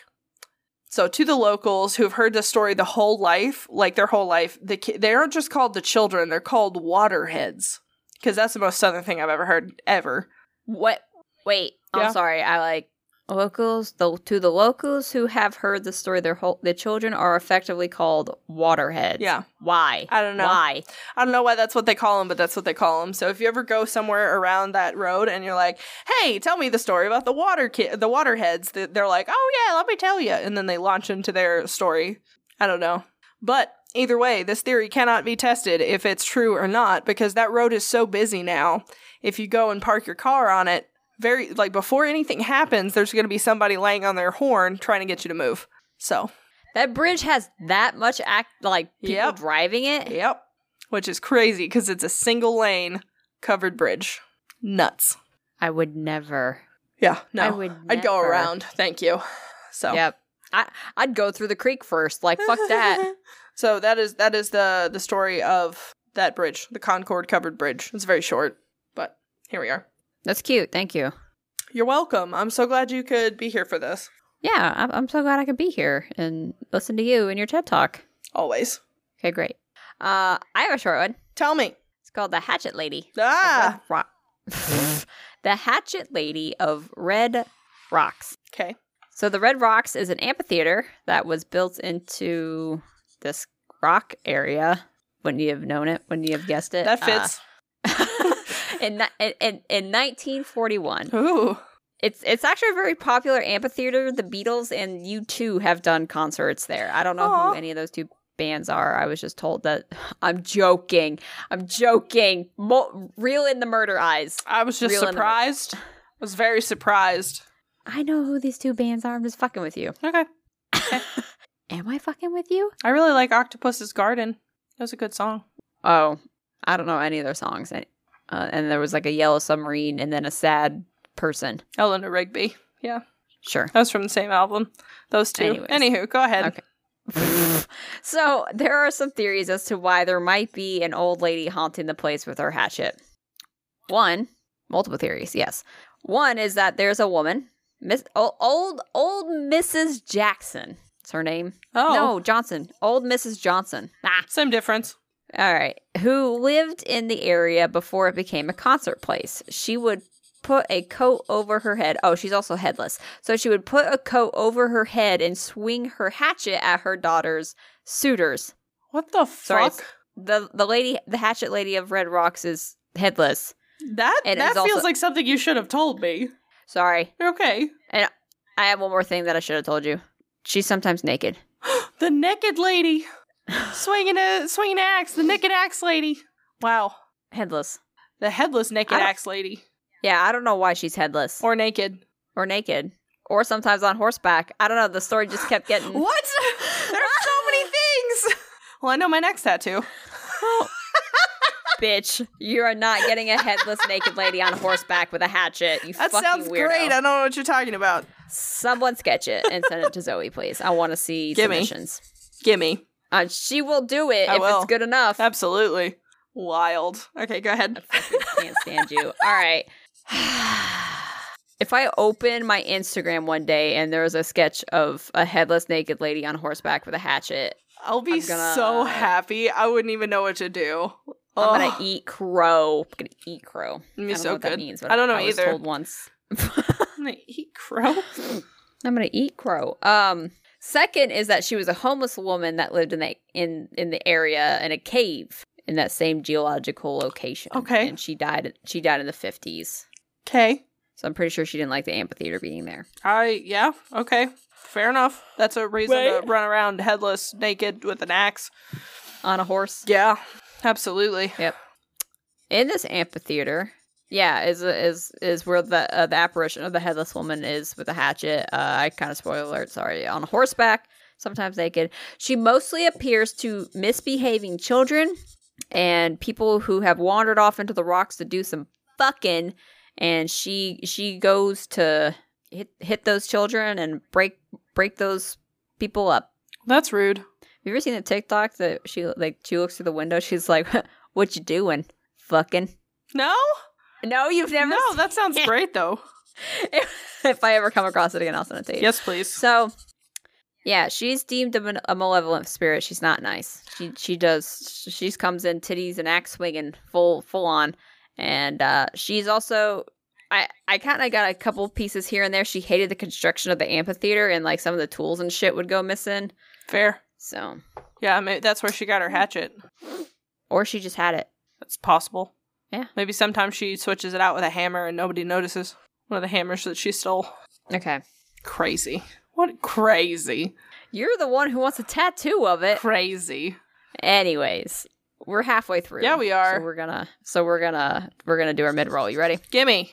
[SPEAKER 2] So to the locals who've heard the story the whole life, like their whole life, the ki- they aren't just called the children; they're called waterheads because that's the most southern thing I've ever heard ever.
[SPEAKER 1] What? Wait,
[SPEAKER 2] Yeah.
[SPEAKER 1] I'm sorry. I like Locals, the, to the locals who have heard the story, their whole the children are effectively called waterheads.
[SPEAKER 2] Yeah.
[SPEAKER 1] Why?
[SPEAKER 2] I don't know.
[SPEAKER 1] Why?
[SPEAKER 2] I don't know why that's what they call them, but that's what they call them. So if you ever go somewhere around that road and you're like, "Hey, tell me the story about the water ki- the waterheads," th- they're like, "Oh yeah, let me tell you," and then they launch into their story. I don't know, but either way, this theory cannot be tested if it's true or not because that road is so busy now. If you go and park your car on it, very like before anything happens, there's going to be somebody laying on their horn trying to get you to move. So
[SPEAKER 1] That bridge has that much act like people
[SPEAKER 2] Yep.
[SPEAKER 1] driving it.
[SPEAKER 2] Yep. Which is crazy because it's a single lane covered bridge. Nuts.
[SPEAKER 1] I would never.
[SPEAKER 2] Yeah. No.
[SPEAKER 1] I would. Never.
[SPEAKER 2] I'd go around. Thank you. So.
[SPEAKER 1] Yep. I I'd go through the creek first. Like fuck that.
[SPEAKER 2] so that is that is the the story of that bridge, the Concord covered bridge. It's very short, but here we are.
[SPEAKER 1] That's cute. Thank you.
[SPEAKER 2] You're welcome. I'm so glad you could be here for this.
[SPEAKER 1] Yeah, I'm, I'm so glad I could be here and listen to you and your TED talk.
[SPEAKER 2] Always.
[SPEAKER 1] Okay, great. Uh, I have a short one.
[SPEAKER 2] Tell me.
[SPEAKER 1] It's called the Hatchet Lady. of
[SPEAKER 2] Ah.
[SPEAKER 1] Red Ro- the Hatchet Lady of Red Rocks.
[SPEAKER 2] Okay.
[SPEAKER 1] So the Red Rocks is an amphitheater that was built into this rock area. Wouldn't you have known it? Wouldn't you have guessed it?
[SPEAKER 2] That
[SPEAKER 1] Uh,
[SPEAKER 2] fits.
[SPEAKER 1] in, ni- in, in, in 1941.
[SPEAKER 2] Ooh.
[SPEAKER 1] It's it's actually a very popular amphitheater. The Beatles and U2 have done concerts there. I don't know
[SPEAKER 2] Aw.
[SPEAKER 1] who any of those two bands are. I was just told that I'm joking. I'm joking. Mo- reel in the murder eyes.
[SPEAKER 2] I was just
[SPEAKER 1] Real intimate.
[SPEAKER 2] surprised. I was very surprised.
[SPEAKER 1] I know who these two bands are. I'm just fucking with you.
[SPEAKER 2] Okay.
[SPEAKER 1] Am I fucking with you?
[SPEAKER 2] I really like Octopus's Garden. That was a good song.
[SPEAKER 1] Oh, I don't know any of their songs. And, uh, and there was like a yellow submarine and then a sad person.
[SPEAKER 2] Eleanor Rigby. Yeah,
[SPEAKER 1] Sure.
[SPEAKER 2] that was from the same album. Those two.
[SPEAKER 1] Anyways.
[SPEAKER 2] Anywho, go ahead.
[SPEAKER 1] Okay. so there are some theories as to why there might be an old lady haunting the place with her hatchet. One, multiple theories, yes. One is that there's a woman, Miss o- old old Mrs. Jackson. It's her name.
[SPEAKER 2] Oh,
[SPEAKER 1] No, Johnson. Old Mrs. Johnson. Ah,
[SPEAKER 2] same difference.
[SPEAKER 1] all right. Who lived in the area before it became a concert place. She would put a coat over her head. Oh, she's also headless. So she would put a coat over her head and swing her hatchet at her daughter's suitors.
[SPEAKER 2] What the
[SPEAKER 1] Sorry,
[SPEAKER 2] fuck?
[SPEAKER 1] The the lady the hatchet lady of Red Rocks is headless.
[SPEAKER 2] That
[SPEAKER 1] And
[SPEAKER 2] that
[SPEAKER 1] it's
[SPEAKER 2] feels
[SPEAKER 1] also-
[SPEAKER 2] like something you should have told me.
[SPEAKER 1] Sorry.
[SPEAKER 2] You're okay.
[SPEAKER 1] I have one more thing that I should have told you. She's sometimes naked.
[SPEAKER 2] The naked lady swinging a swinging an axe. The naked axe lady. Wow.
[SPEAKER 1] Headless.
[SPEAKER 2] The headless naked
[SPEAKER 1] I don't-
[SPEAKER 2] axe lady,
[SPEAKER 1] Yeah, I don't know why she's headless or,
[SPEAKER 2] or naked.
[SPEAKER 1] naked or sometimes on horseback. I don't know. The story just kept getting
[SPEAKER 2] What? There's so many things. Well, I know my next tattoo.
[SPEAKER 1] bitch. You are not getting a headless naked lady on horseback with a hatchet. You
[SPEAKER 2] That
[SPEAKER 1] fucking
[SPEAKER 2] sounds
[SPEAKER 1] weirdo.
[SPEAKER 2] great. I don't know what you're talking about.
[SPEAKER 1] Someone sketch it and send it to Zoe, please. I want to see
[SPEAKER 2] Gimme.
[SPEAKER 1] submissions.
[SPEAKER 2] Gimme.
[SPEAKER 1] Uh, she will do it
[SPEAKER 2] I
[SPEAKER 1] if
[SPEAKER 2] will.
[SPEAKER 1] it's good enough. I
[SPEAKER 2] Absolutely. Wild. Okay, go ahead.
[SPEAKER 1] can't stand you. All right. If I open my Instagram one day and there's a sketch of a headless naked lady on horseback with a hatchet,
[SPEAKER 2] I'll be
[SPEAKER 1] I'm gonna-
[SPEAKER 2] so happy. I wouldn't even know what to do.
[SPEAKER 1] I'm
[SPEAKER 2] Ugh,
[SPEAKER 1] gonna eat crow. I'm gonna eat crow.
[SPEAKER 2] it'd
[SPEAKER 1] I
[SPEAKER 2] be
[SPEAKER 1] don't
[SPEAKER 2] so
[SPEAKER 1] know what
[SPEAKER 2] good.
[SPEAKER 1] that means. But
[SPEAKER 2] I don't know
[SPEAKER 1] I was
[SPEAKER 2] either.
[SPEAKER 1] Told once.
[SPEAKER 2] I'm gonna eat crow.
[SPEAKER 1] I'm gonna eat crow. Um, second is that she was a homeless woman that lived in the in in the area in a cave in that same geological location.
[SPEAKER 2] Okay.
[SPEAKER 1] and she died. She died in the fifties.
[SPEAKER 2] Okay.
[SPEAKER 1] So I'm pretty sure she didn't like the amphitheater being there.
[SPEAKER 2] I yeah. Okay. Fair enough. That's a reason
[SPEAKER 1] Right?
[SPEAKER 2] to run around headless, naked with an axe.
[SPEAKER 1] On a horse
[SPEAKER 2] Yeah. Absolutely.
[SPEAKER 1] in this amphitheater, yeah, is is is where the uh, the apparition of the headless woman is with a hatchet. Uh, I kind of spoiler alert. Sorry, on horseback, sometimes naked. She mostly appears to misbehaving children and people who have wandered off into the rocks to do some fucking. And she she goes to hit hit those children and break break those people up.
[SPEAKER 2] That's rude.
[SPEAKER 1] Have you ever seen the TikTok that she like she looks through the window? She's like, "What you doing? Fucking."
[SPEAKER 2] No.
[SPEAKER 1] No, you've never.
[SPEAKER 2] No. That sounds great though.
[SPEAKER 1] if I ever come across it again, I'll send it to you.
[SPEAKER 2] Yes, please.
[SPEAKER 1] So, yeah, she's deemed a, mal- a malevolent spirit. She's not nice. She she does. She comes in titties and axe swinging full full on, and uh, she's also I, I kind of got a couple pieces here and there. She hated the construction of the amphitheater and like some of the tools and shit would go missing.
[SPEAKER 2] Fair.
[SPEAKER 1] So,
[SPEAKER 2] Yeah, I mean, that's where she got her hatchet.
[SPEAKER 1] or she just had it.
[SPEAKER 2] That's possible.
[SPEAKER 1] Yeah.
[SPEAKER 2] Maybe sometimes she switches it out with a hammer and nobody notices. One of the hammers that she stole.
[SPEAKER 1] Okay.
[SPEAKER 2] Crazy. What crazy?
[SPEAKER 1] You're the one who wants a tattoo of it.
[SPEAKER 2] Crazy.
[SPEAKER 1] Anyways, we're halfway through.
[SPEAKER 2] Yeah, we are.
[SPEAKER 1] So we're gonna so we're gonna we're gonna do our mid roll. You ready?
[SPEAKER 2] Gimme.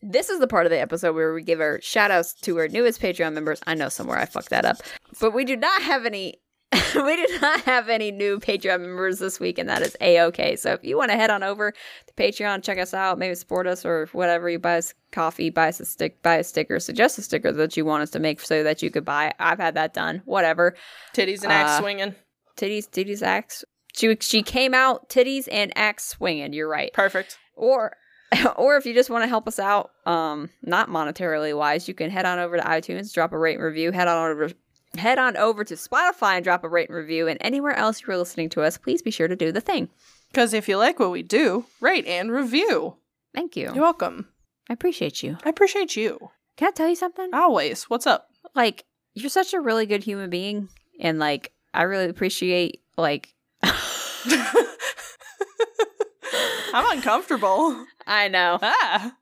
[SPEAKER 1] This is the part of the episode where we give our shout outs to our newest Patreon members. I know somewhere I fucked that up. But we do not have any we do not have any new Patreon members this week, and that is a okay. So if you want to head on over to Patreon, check us out, maybe support us or whatever. You buy us coffee, buy us a stick, buy a sticker, suggest a sticker that you want us to make so that you could buy. I've had that done. Whatever
[SPEAKER 2] Titties and axe
[SPEAKER 1] Uh,
[SPEAKER 2] swinging.
[SPEAKER 1] titties, titties, axe. She she came out titties and axe swinging. You're right.
[SPEAKER 2] Perfect.
[SPEAKER 1] Or or if you just want to help us out, um, not monetarily wise, you can head on over to iTunes, drop a rate and review. Head on over. Head on over to Spotify and drop a rate and review. And anywhere else you're listening to us, please be sure to do the thing.
[SPEAKER 2] Because if you like what we do, rate and review.
[SPEAKER 1] Thank you.
[SPEAKER 2] You're welcome.
[SPEAKER 1] I appreciate you.
[SPEAKER 2] I appreciate you.
[SPEAKER 1] Can I tell you something?
[SPEAKER 2] Uh, Always. What's up?
[SPEAKER 1] Like, you're such a really good human being. And, like, I really appreciate, like,
[SPEAKER 2] I'm uncomfortable.
[SPEAKER 1] I know.
[SPEAKER 2] Ah,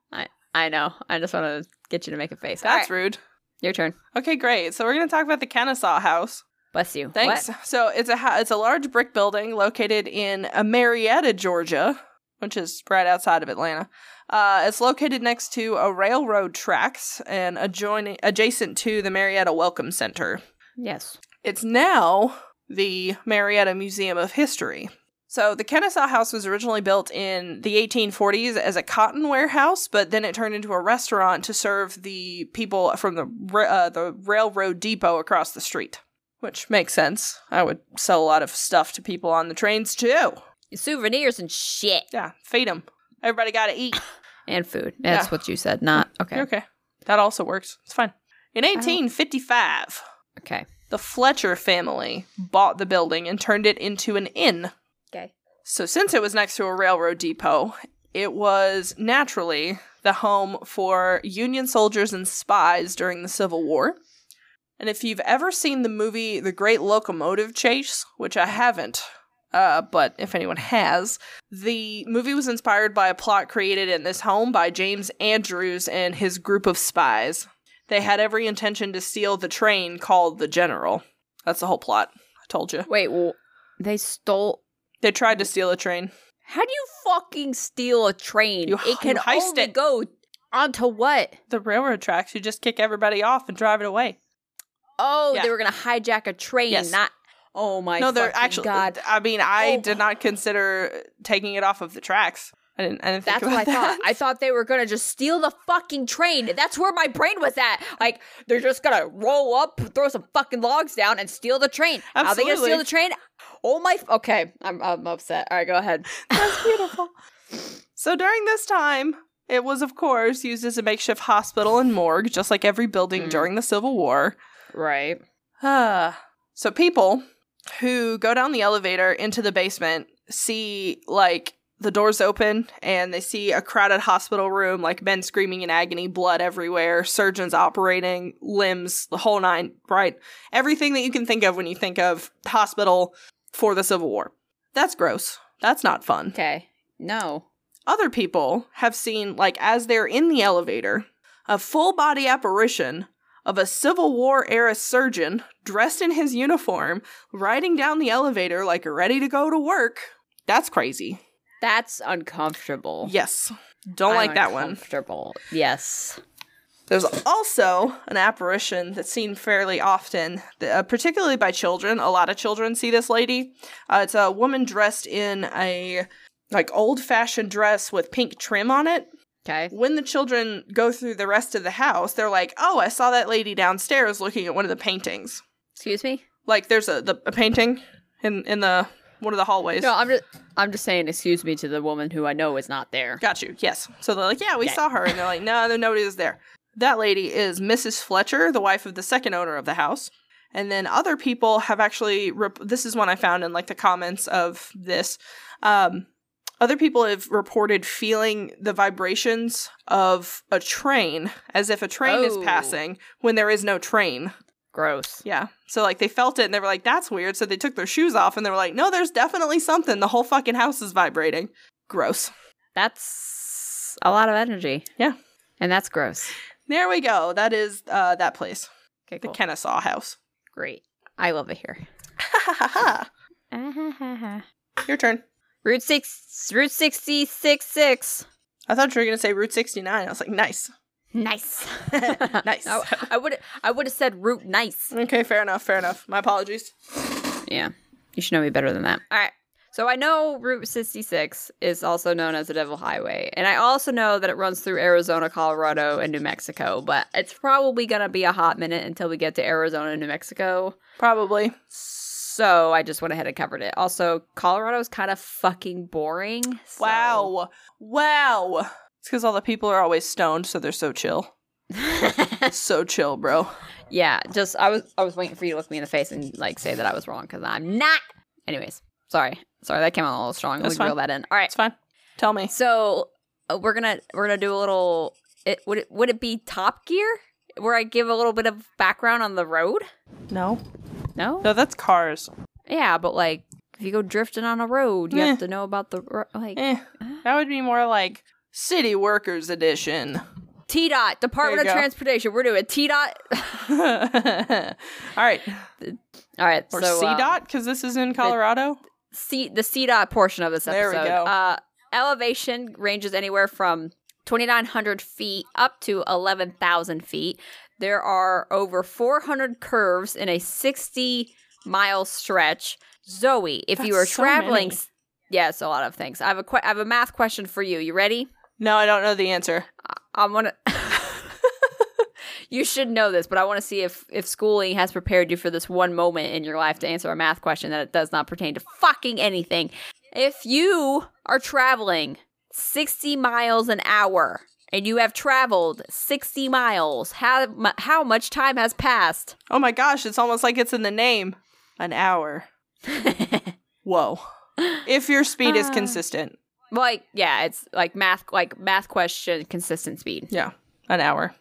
[SPEAKER 1] I know. I just want to get you to make a face. All
[SPEAKER 2] that's
[SPEAKER 1] right,
[SPEAKER 2] rude.
[SPEAKER 1] your turn.
[SPEAKER 2] Okay, great. So we're going to talk about the Kennesaw House.
[SPEAKER 1] Bless you.
[SPEAKER 2] Thanks. So it's a ha- it's a large brick building located in uh, Marietta, Georgia, which is right outside of Atlanta. Uh, it's located next to a railroad tracks and adjoining adjacent to the Marietta Welcome Center.
[SPEAKER 1] Yes.
[SPEAKER 2] It's now the Marietta Museum of History. So the Kennesaw House was originally built in the 1840s as a cotton warehouse, but then it turned into a restaurant to serve the people from the ra- uh, the railroad depot across the street, which makes sense. I would sell a lot of stuff to people on the trains too.
[SPEAKER 1] Souvenirs and shit.
[SPEAKER 2] Yeah, feed them. Everybody got to eat.
[SPEAKER 1] And food. That's
[SPEAKER 2] Yeah.
[SPEAKER 1] what you said. Not okay.
[SPEAKER 2] You're okay, that also works. It's fine. In 1855,
[SPEAKER 1] Okay.
[SPEAKER 2] the Fletcher family bought the building and turned it into an inn.
[SPEAKER 1] Okay.
[SPEAKER 2] So, since it was next to a railroad depot, it was naturally the home for Union soldiers and spies during the Civil War. And if you've ever seen the movie The Great Locomotive Chase, which I haven't, uh, but if anyone has, the movie was inspired by a plot created in this home by James Andrews and his group of spies. They had every intention to steal the train called the General. That's the whole plot. I told you.
[SPEAKER 1] Wait. Well, they stole.
[SPEAKER 2] They tried to steal a train.
[SPEAKER 1] How do you fucking steal a train?
[SPEAKER 2] You-
[SPEAKER 1] it can
[SPEAKER 2] you heist
[SPEAKER 1] only
[SPEAKER 2] it.
[SPEAKER 1] go onto what?
[SPEAKER 2] the railroad tracks. You just kick everybody off and drive it away.
[SPEAKER 1] Oh,
[SPEAKER 2] Yeah.
[SPEAKER 1] they were gonna hijack a train,
[SPEAKER 2] Yes.
[SPEAKER 1] not. Oh my.
[SPEAKER 2] no, they're
[SPEAKER 1] fucking
[SPEAKER 2] actually.
[SPEAKER 1] God.
[SPEAKER 2] I mean, I
[SPEAKER 1] Oh.
[SPEAKER 2] did not consider taking it off of the tracks. I didn't. I didn't think
[SPEAKER 1] That's what I
[SPEAKER 2] about
[SPEAKER 1] thought. I thought they were gonna just steal the fucking train. That's where my brain was at. Like they're just gonna roll up, throw some fucking logs down, and steal the train. How they gonna
[SPEAKER 2] Absolutely.
[SPEAKER 1] steal the train? Oh my. F- okay, I'm I'm upset. All right, go ahead.
[SPEAKER 2] That's beautiful. so during this time, it was of course used as a makeshift hospital and morgue, just like every building
[SPEAKER 1] Mm.
[SPEAKER 2] during the Civil War.
[SPEAKER 1] Right.
[SPEAKER 2] Ah. so people who go down the elevator into the basement see like the doors open and they see a crowded hospital room, like men screaming in agony, blood everywhere, surgeons operating, limbs, the whole nine, right? Everything that you can think of when you think of hospital for the Civil War. That's gross. That's not fun
[SPEAKER 1] Okay. No.
[SPEAKER 2] other people have seen, like, as they're in the elevator, a full body apparition of a Civil War era surgeon dressed in his uniform riding down the elevator like ready to go to work. That's crazy.
[SPEAKER 1] That's uncomfortable.
[SPEAKER 2] Yes. Don't
[SPEAKER 1] I'm
[SPEAKER 2] like that one.
[SPEAKER 1] Uncomfortable. Yes.
[SPEAKER 2] There's also an apparition that's seen fairly often, th- uh, particularly by children. A lot of children see this lady. Uh, it's a woman dressed in a like old fashioned dress with pink trim on it.
[SPEAKER 1] Okay.
[SPEAKER 2] when the children go through the rest of the house, they're like, "Oh, I saw that lady downstairs looking at one of the paintings."
[SPEAKER 1] Excuse me.
[SPEAKER 2] Like, there's a the, a painting in in the one of the hallways.
[SPEAKER 1] No, I'm just I'm just saying. Excuse me to the woman who I know is not there.
[SPEAKER 2] Got you. Yes. So they're like, "Yeah, we
[SPEAKER 1] Yeah.
[SPEAKER 2] saw her," and they're like, "No, there nobody was there." That lady is Mrs. Fletcher, the wife of the second owner of the house. And then other people have actually. Rep- this is one I found in like the comments of this. Um, Other people have reported feeling the vibrations of a train as if a train is
[SPEAKER 1] Oh.
[SPEAKER 2] passing when there is no train.
[SPEAKER 1] Gross.
[SPEAKER 2] Yeah. So like they felt it and they were like, that's weird. So they took their shoes off and they were like, no, there's definitely something. The whole fucking house is vibrating. Gross.
[SPEAKER 1] That's a lot of energy.
[SPEAKER 2] Yeah.
[SPEAKER 1] And that's gross.
[SPEAKER 2] There we go. That is uh, that place,
[SPEAKER 1] Okay,
[SPEAKER 2] the
[SPEAKER 1] cool.
[SPEAKER 2] Kennesaw House.
[SPEAKER 1] Great. I love it here.
[SPEAKER 2] Ha ha ha ha. Your turn.
[SPEAKER 1] Route six, Route sixty six six.
[SPEAKER 2] I thought you were gonna say Route 69. I was like, nice.
[SPEAKER 1] Nice,
[SPEAKER 2] Nice.
[SPEAKER 1] I, would I would have said route nice.
[SPEAKER 2] Okay, fair enough. Fair enough. My apologies.
[SPEAKER 1] Yeah, you should know me better than that. All right. So I know Route sixty six is also known as the Devil Highway, and I also know that it runs through Arizona, Colorado, and New Mexico. But it's probably gonna be a hot minute until we get to Arizona and New Mexico.
[SPEAKER 2] Probably.
[SPEAKER 1] So I just went ahead and covered it. Also, Colorado is kind of fucking boring. so-
[SPEAKER 2] Wow. Wow. It's because all the people are always stoned, so they're so chill. so chill, bro.
[SPEAKER 1] Yeah, just I was I was waiting for you to look me in the face and like say that I was wrong because I'm not. Anyways, sorry, sorry that came out a little strong.
[SPEAKER 2] That's
[SPEAKER 1] we can reel that in. All right,
[SPEAKER 2] It's fine. Tell me.
[SPEAKER 1] so uh, we're gonna we're gonna do a little. It, would it would it be Top Gear where I give a little bit of background on the road?
[SPEAKER 2] No.
[SPEAKER 1] No.
[SPEAKER 2] No, that's cars.
[SPEAKER 1] Yeah, but like if you go drifting on a road, you
[SPEAKER 2] Eh.
[SPEAKER 1] have to know about the ro- like
[SPEAKER 2] Eh. That would be more like City Workers Edition.
[SPEAKER 1] T dot Department
[SPEAKER 2] There
[SPEAKER 1] of
[SPEAKER 2] you go.
[SPEAKER 1] Transportation. We're doing T dot.
[SPEAKER 2] all right.
[SPEAKER 1] All right,
[SPEAKER 2] Or
[SPEAKER 1] so, um,
[SPEAKER 2] CDOT, because this is in Colorado.
[SPEAKER 1] C the C dot portion of this
[SPEAKER 2] There
[SPEAKER 1] episode.
[SPEAKER 2] we go.
[SPEAKER 1] Uh, elevation ranges anywhere from 2,900 feet up to 11,000 feet. There are over 400 curves in a 60 mile stretch. Zoe, if you
[SPEAKER 2] That's
[SPEAKER 1] are
[SPEAKER 2] so
[SPEAKER 1] traveling,
[SPEAKER 2] many.
[SPEAKER 1] yes, a lot of things. I have a que- I have a math question for you. You ready?
[SPEAKER 2] No, I don't know the answer.
[SPEAKER 1] I want to. you should know this, but I want to see if if schooling has prepared you for this one moment in your life to answer a math question that it does not pertain to fucking anything. If you are traveling 60 miles an hour and you have traveled 60 miles, how mu- how much time has passed?
[SPEAKER 2] Oh my gosh, it's almost like it's in the name. An hour. Whoa. If your speed is
[SPEAKER 1] Ah.
[SPEAKER 2] consistent.
[SPEAKER 1] Like, yeah, it's like math like math question consistent speed.
[SPEAKER 2] Yeah. An hour.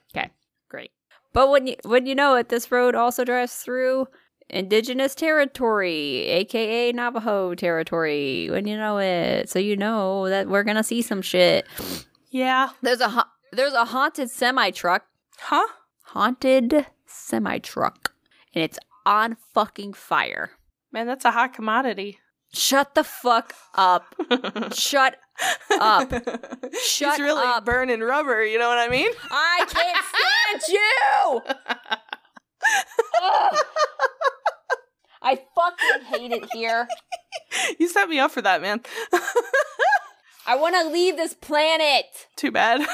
[SPEAKER 1] Great. But when you when you know it, this road also drives through indigenous territory, aka Navajo territory. When you know it, so you know that we're gonna see some shit.
[SPEAKER 2] Yeah.
[SPEAKER 1] There's a ha- there's a haunted semi truck,
[SPEAKER 2] Huh?
[SPEAKER 1] haunted semi truck, and it's on fucking fire.
[SPEAKER 2] Man, that's a hot commodity.
[SPEAKER 1] Shut the fuck up. Shut up. Shut
[SPEAKER 2] She's really
[SPEAKER 1] up.
[SPEAKER 2] burning rubber, you know what I mean?
[SPEAKER 1] I can't stand you. Ugh. I fucking hate it here.
[SPEAKER 2] You set me up for that, man.
[SPEAKER 1] I want to leave this planet.
[SPEAKER 2] Too bad.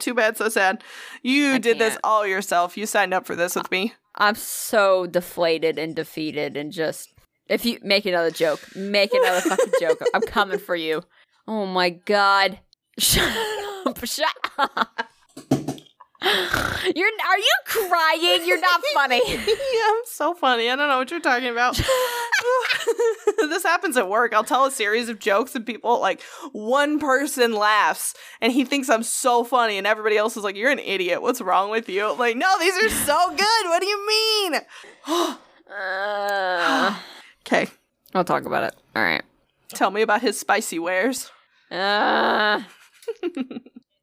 [SPEAKER 2] Too bad, so sad. You
[SPEAKER 1] I
[SPEAKER 2] did this
[SPEAKER 1] can't.
[SPEAKER 2] all yourself. You signed up for this with me.
[SPEAKER 1] I'm so deflated and defeated and just if you make another joke, make another fucking joke. I'm coming for you. Oh my god. Shut up. Shut up. You're are you crying? You're not funny.
[SPEAKER 2] yeah, I'm so funny. I don't know what you're talking about. this happens at work. I'll tell a series of jokes and people like one person laughs and he thinks I'm so funny and everybody else is like, You're an idiot. What's wrong with you? I'm like, no, these are so good. What do you mean?
[SPEAKER 1] Uh,
[SPEAKER 2] Okay.
[SPEAKER 1] I'll talk about it. All right.
[SPEAKER 2] Tell me about his spicy wares.
[SPEAKER 1] Uh,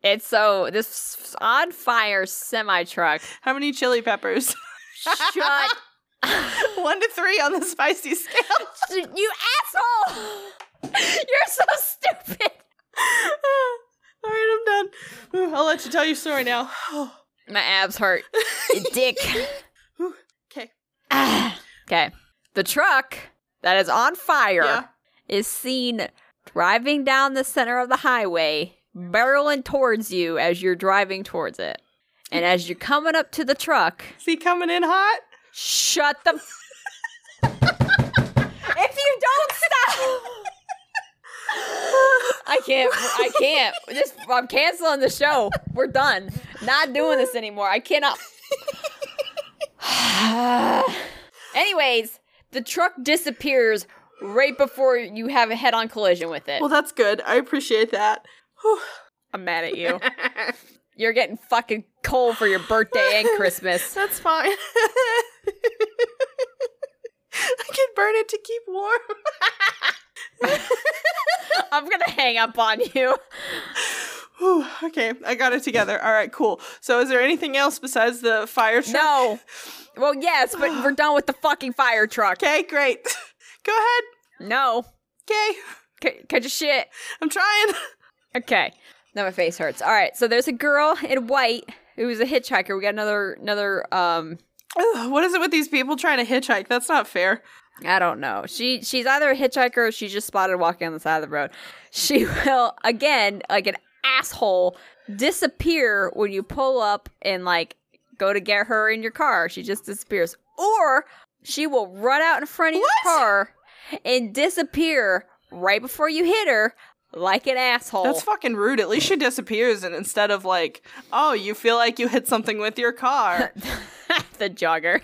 [SPEAKER 1] it's so this on fire semi truck.
[SPEAKER 2] How many chili peppers?
[SPEAKER 1] Shut
[SPEAKER 2] one to three on the spicy scale.
[SPEAKER 1] You asshole! You're so stupid.
[SPEAKER 2] All right, I'm done. Ooh, I'll let you tell your story now.
[SPEAKER 1] My abs hurt. You dick.
[SPEAKER 2] okay.
[SPEAKER 1] okay. The truck that is on fire
[SPEAKER 2] Yeah.
[SPEAKER 1] is seen driving down the center of the highway, barreling towards you as you're driving towards it. And as you're coming up to the truck,
[SPEAKER 2] Is he coming in hot?
[SPEAKER 1] shut the. if you don't stop. I can't. I can't. This, I'm canceling the show. We're done. Not doing this anymore. I cannot. Anyways, the truck disappears right before you have a head-on collision with it.
[SPEAKER 2] Well, that's good. I appreciate that. Whew.
[SPEAKER 1] I'm mad at you. You're getting fucking cold for your birthday and Christmas.
[SPEAKER 2] That's fine. I can burn it to keep warm.
[SPEAKER 1] I'm gonna hang up on you.
[SPEAKER 2] Whew, okay, I got it together. All right, cool. So, is there anything else besides the fire truck?
[SPEAKER 1] No. Well, yes, but we're done with the fucking fire truck.
[SPEAKER 2] Okay, great. Go ahead.
[SPEAKER 1] No.
[SPEAKER 2] Okay,
[SPEAKER 1] C- catch a shit.
[SPEAKER 2] I'm trying.
[SPEAKER 1] Okay. Now my face hurts. All right. So there's a girl in white who was a hitchhiker. We got another another um
[SPEAKER 2] Ugh, what is it with these people trying to hitchhike? That's not fair.
[SPEAKER 1] I don't know. She she's either a hitchhiker or she's just spotted walking on the side of the road. She will again like an asshole disappear when you pull up and like go to get her in your car. She just disappears. Or she will run out in front of
[SPEAKER 2] What?
[SPEAKER 1] your car and disappear right before you hit her like an asshole.
[SPEAKER 2] That's fucking rude. At least she disappears, and instead of like, oh, you feel like you hit something with your car.
[SPEAKER 1] the jogger.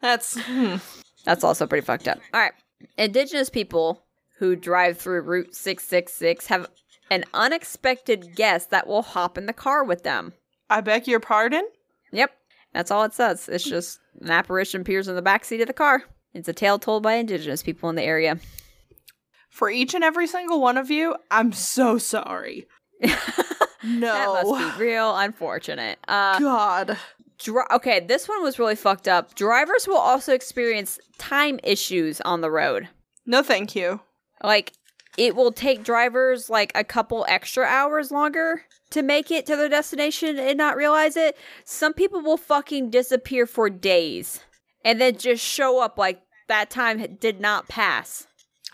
[SPEAKER 2] That's hmm.
[SPEAKER 1] That's also pretty fucked up. All right. Indigenous people who drive through Route 666 have an unexpected guest that will hop in the car with them.
[SPEAKER 2] I beg your pardon.
[SPEAKER 1] Yep. That's all it says. It's just an apparition appears in the backseat of the car. It's a tale told by indigenous people in the area.
[SPEAKER 2] For each and every single one of you, I'm so sorry.
[SPEAKER 1] That
[SPEAKER 2] no.
[SPEAKER 1] must be real unfortunate. Uh,
[SPEAKER 2] God.
[SPEAKER 1] Dri- okay, this one was really fucked up. Drivers will also experience time issues on the road.
[SPEAKER 2] No, thank you.
[SPEAKER 1] Like it will take drivers like a couple extra hours longer to make it to their destination and not realize it. Some people will fucking disappear for days and then just show up like that time h- did not pass.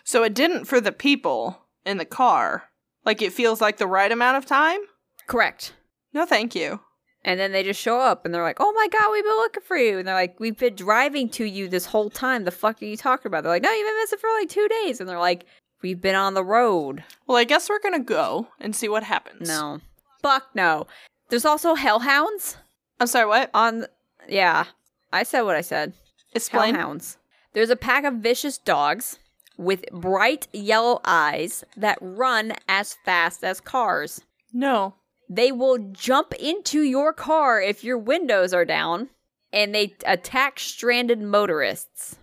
[SPEAKER 2] So it didn't for the people in the car. Like it feels like the right amount of time?
[SPEAKER 1] Correct.
[SPEAKER 2] No, thank you.
[SPEAKER 1] And then they just show up and they're like, "Oh my god, we've been looking for you." And they're like, "We've been driving to you this whole time. The fuck are you talking about?" They're like, "No, you've been missing for like 2 days." And they're like, "We've been on the road."
[SPEAKER 2] Well, I guess we're gonna go and see what happens.
[SPEAKER 1] No. Fuck no. There's also hellhounds.
[SPEAKER 2] I'm sorry, what?
[SPEAKER 1] on yeah i said what i said
[SPEAKER 2] Explain.
[SPEAKER 1] hellhounds there's a pack of vicious dogs with bright yellow eyes that run as fast as cars
[SPEAKER 2] No.
[SPEAKER 1] they will jump into your car if your windows are down and they attack stranded motorists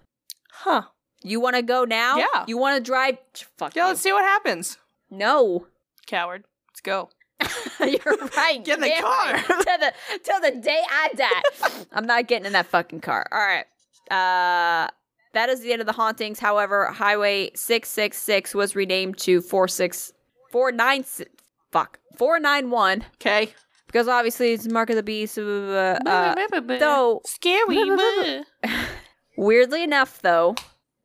[SPEAKER 2] Huh.
[SPEAKER 1] you want to go now
[SPEAKER 2] Yeah.
[SPEAKER 1] you want to drive fuck
[SPEAKER 2] Yeah,
[SPEAKER 1] you.
[SPEAKER 2] let's see what happens.
[SPEAKER 1] no
[SPEAKER 2] Coward. Let's go.
[SPEAKER 1] You're right.
[SPEAKER 2] Get in the
[SPEAKER 1] damn
[SPEAKER 2] car.
[SPEAKER 1] right. till the till the day I die. I'm not getting in that fucking car. All right. Uh that is the end of the hauntings. However, Highway 666 was renamed to 46496 fuck 491
[SPEAKER 2] Okay.
[SPEAKER 1] because obviously it's Mark of the Beast. blah, blah, blah. Uh, though
[SPEAKER 2] Scary. bleh.
[SPEAKER 1] weirdly enough though,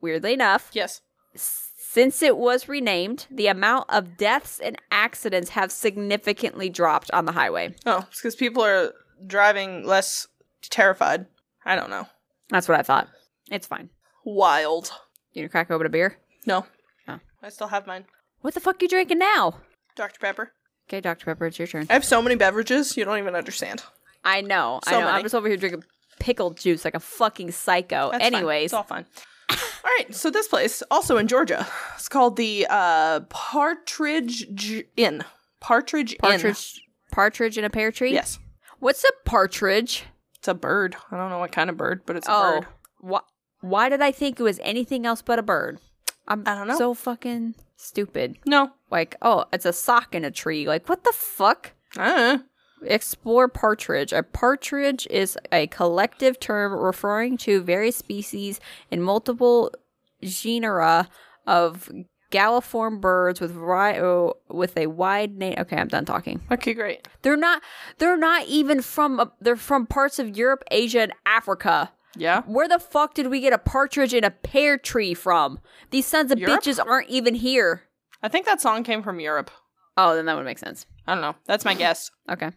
[SPEAKER 1] weirdly enough,
[SPEAKER 2] yes.
[SPEAKER 1] since it was renamed, the amount of deaths and accidents have significantly dropped on the highway.
[SPEAKER 2] Oh, it's because people are driving less terrified. I don't know.
[SPEAKER 1] That's what I thought. It's fine.
[SPEAKER 2] Wild.
[SPEAKER 1] You gonna crack open a beer?
[SPEAKER 2] No.
[SPEAKER 1] Oh.
[SPEAKER 2] I still have mine.
[SPEAKER 1] What the fuck you drinking now?
[SPEAKER 2] Dr. Pepper.
[SPEAKER 1] Okay, Dr. Pepper, it's your turn.
[SPEAKER 2] I have so many beverages, you don't even understand.
[SPEAKER 1] I know,
[SPEAKER 2] So
[SPEAKER 1] I know.
[SPEAKER 2] many.
[SPEAKER 1] I'm just over here drinking pickled juice like a fucking psycho.
[SPEAKER 2] That's fine.
[SPEAKER 1] Anyways,
[SPEAKER 2] It's all fine. All right, so this place, also in Georgia, it's called the uh, Partridge J- Inn. Partridge, Inn.
[SPEAKER 1] partridge partridge in a pear tree?
[SPEAKER 2] Yes.
[SPEAKER 1] What's a partridge?
[SPEAKER 2] It's a bird. I don't know what kind of bird, but it's a
[SPEAKER 1] Oh.
[SPEAKER 2] bird.
[SPEAKER 1] Wh- why did I think it was anything else but a bird? I'm
[SPEAKER 2] I don't know.
[SPEAKER 1] so fucking stupid.
[SPEAKER 2] No.
[SPEAKER 1] Like, oh, it's a sock in a tree. Like, what the fuck?
[SPEAKER 2] I don't know.
[SPEAKER 1] Explore partridge. A partridge is a collective term referring to various species and multiple genera of galliform birds with vari- oh, with a wide name. Okay, I'm done talking.
[SPEAKER 2] Okay, great.
[SPEAKER 1] They're not. They're not even from. Uh, they're from parts of Europe, Asia, and Africa.
[SPEAKER 2] Yeah.
[SPEAKER 1] Where the fuck did we get a partridge in a pear tree from? These sons of
[SPEAKER 2] Europe?
[SPEAKER 1] bitches aren't even here.
[SPEAKER 2] I think that song came from Europe.
[SPEAKER 1] Oh, then that would make sense.
[SPEAKER 2] I don't know. That's my guess.
[SPEAKER 1] Okay,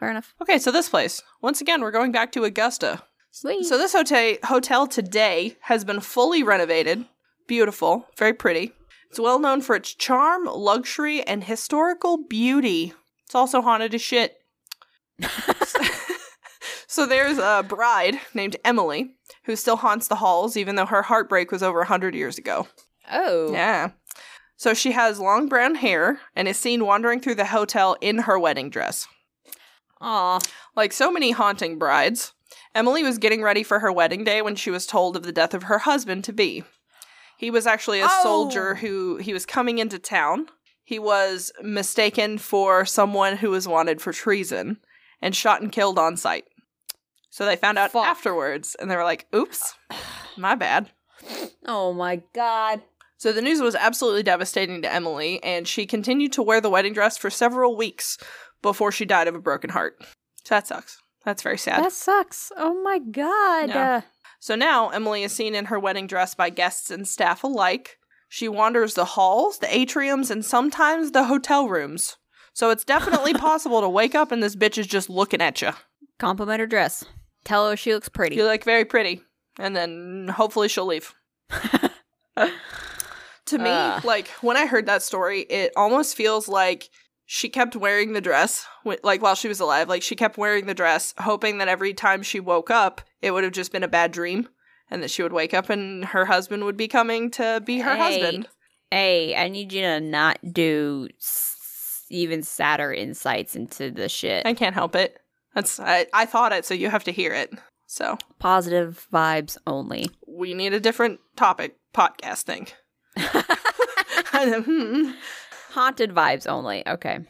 [SPEAKER 1] fair enough.
[SPEAKER 2] Okay, so this place. Once again, we're going back to Augusta.
[SPEAKER 1] Sweet.
[SPEAKER 2] So this hotel hotel today has been fully renovated. Beautiful, very pretty. It's well known for its charm, luxury, and historical beauty. It's also haunted as shit. so there's a bride named Emily who still haunts the halls even though her heartbreak was over 100 years ago.
[SPEAKER 1] Oh.
[SPEAKER 2] Yeah. So she has long brown hair and is seen wandering through the hotel in her wedding dress.
[SPEAKER 1] Aw.
[SPEAKER 2] Like so many haunting brides, Emily was getting ready for her wedding day when she was told of the death of her husband to be. He was actually a
[SPEAKER 1] Oh.
[SPEAKER 2] soldier who he was coming into town. He was mistaken for someone who was wanted for treason and shot and killed on sight. So they found out
[SPEAKER 1] Fuck.
[SPEAKER 2] afterwards and they were like, oops, my bad.
[SPEAKER 1] Oh my god.
[SPEAKER 2] So the news was absolutely devastating to Emily, and she continued to wear the wedding dress for several weeks before she died of a broken heart. So that sucks. That's very sad.
[SPEAKER 1] That sucks. Oh my god.
[SPEAKER 2] Yeah. so now Emily is seen in her wedding dress by guests and staff alike. She wanders the halls, the atriums, and sometimes the hotel rooms. So it's definitely possible to wake up and this bitch is just looking at you.
[SPEAKER 1] Compliment her dress. Tell her she looks pretty.
[SPEAKER 2] You look very pretty. And then hopefully she'll leave. to me,
[SPEAKER 1] Ugh.
[SPEAKER 2] like when I heard that story, it almost feels like she kept wearing the dress wi- like while she was alive. Like she kept wearing the dress hoping that every time she woke up, it would have just been a bad dream and that she would wake up and her husband would be coming to be her
[SPEAKER 1] Hey.
[SPEAKER 2] husband.
[SPEAKER 1] hey, I need you to not do s- even sadder insights into the shit.
[SPEAKER 2] I can't help it. That's I, I thought it, so you have to hear it. So,
[SPEAKER 1] Positive vibes only.
[SPEAKER 2] we need a different topic podcast thing. Hmm.
[SPEAKER 1] Haunted vibes only. Okay.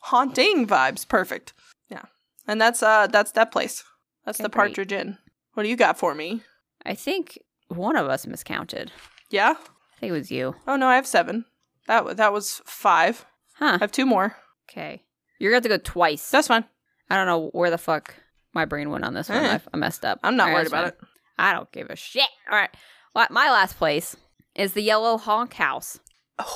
[SPEAKER 2] haunting vibes. Perfect. Yeah. And that's uh that's that place. That's
[SPEAKER 1] Okay,
[SPEAKER 2] the
[SPEAKER 1] great.
[SPEAKER 2] Partridge Inn. What do you got for me?
[SPEAKER 1] I think one of us miscounted.
[SPEAKER 2] Yeah?
[SPEAKER 1] I think it was you.
[SPEAKER 2] Oh no, I have 7. That w- that was 5.
[SPEAKER 1] Huh.
[SPEAKER 2] I have two more.
[SPEAKER 1] Okay. You're going to have to go twice.
[SPEAKER 2] That's fine.
[SPEAKER 1] I don't know where the fuck my brain went on this one.
[SPEAKER 2] Eh.
[SPEAKER 1] I, I messed up.
[SPEAKER 2] I'm
[SPEAKER 1] All
[SPEAKER 2] not
[SPEAKER 1] right,
[SPEAKER 2] worried
[SPEAKER 1] that's
[SPEAKER 2] about
[SPEAKER 1] fine.
[SPEAKER 2] it.
[SPEAKER 1] I don't give a shit. All right. Well, my last place is the Yellow Honk House.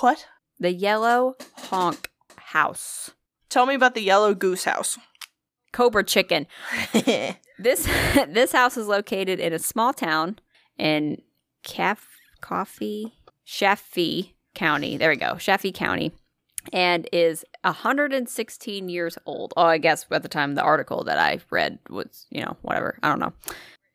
[SPEAKER 2] What?
[SPEAKER 1] The Yellow Honk House.
[SPEAKER 2] Tell me about the Yellow Goose House.
[SPEAKER 1] Cobra Chicken.
[SPEAKER 2] okay.
[SPEAKER 1] This this house is located in a small town in Caf Coffee Chaffee County. There we go. Chaffee County. And is 116 years old. Oh, I guess at the time the article that I read was, you know, whatever. I don't know.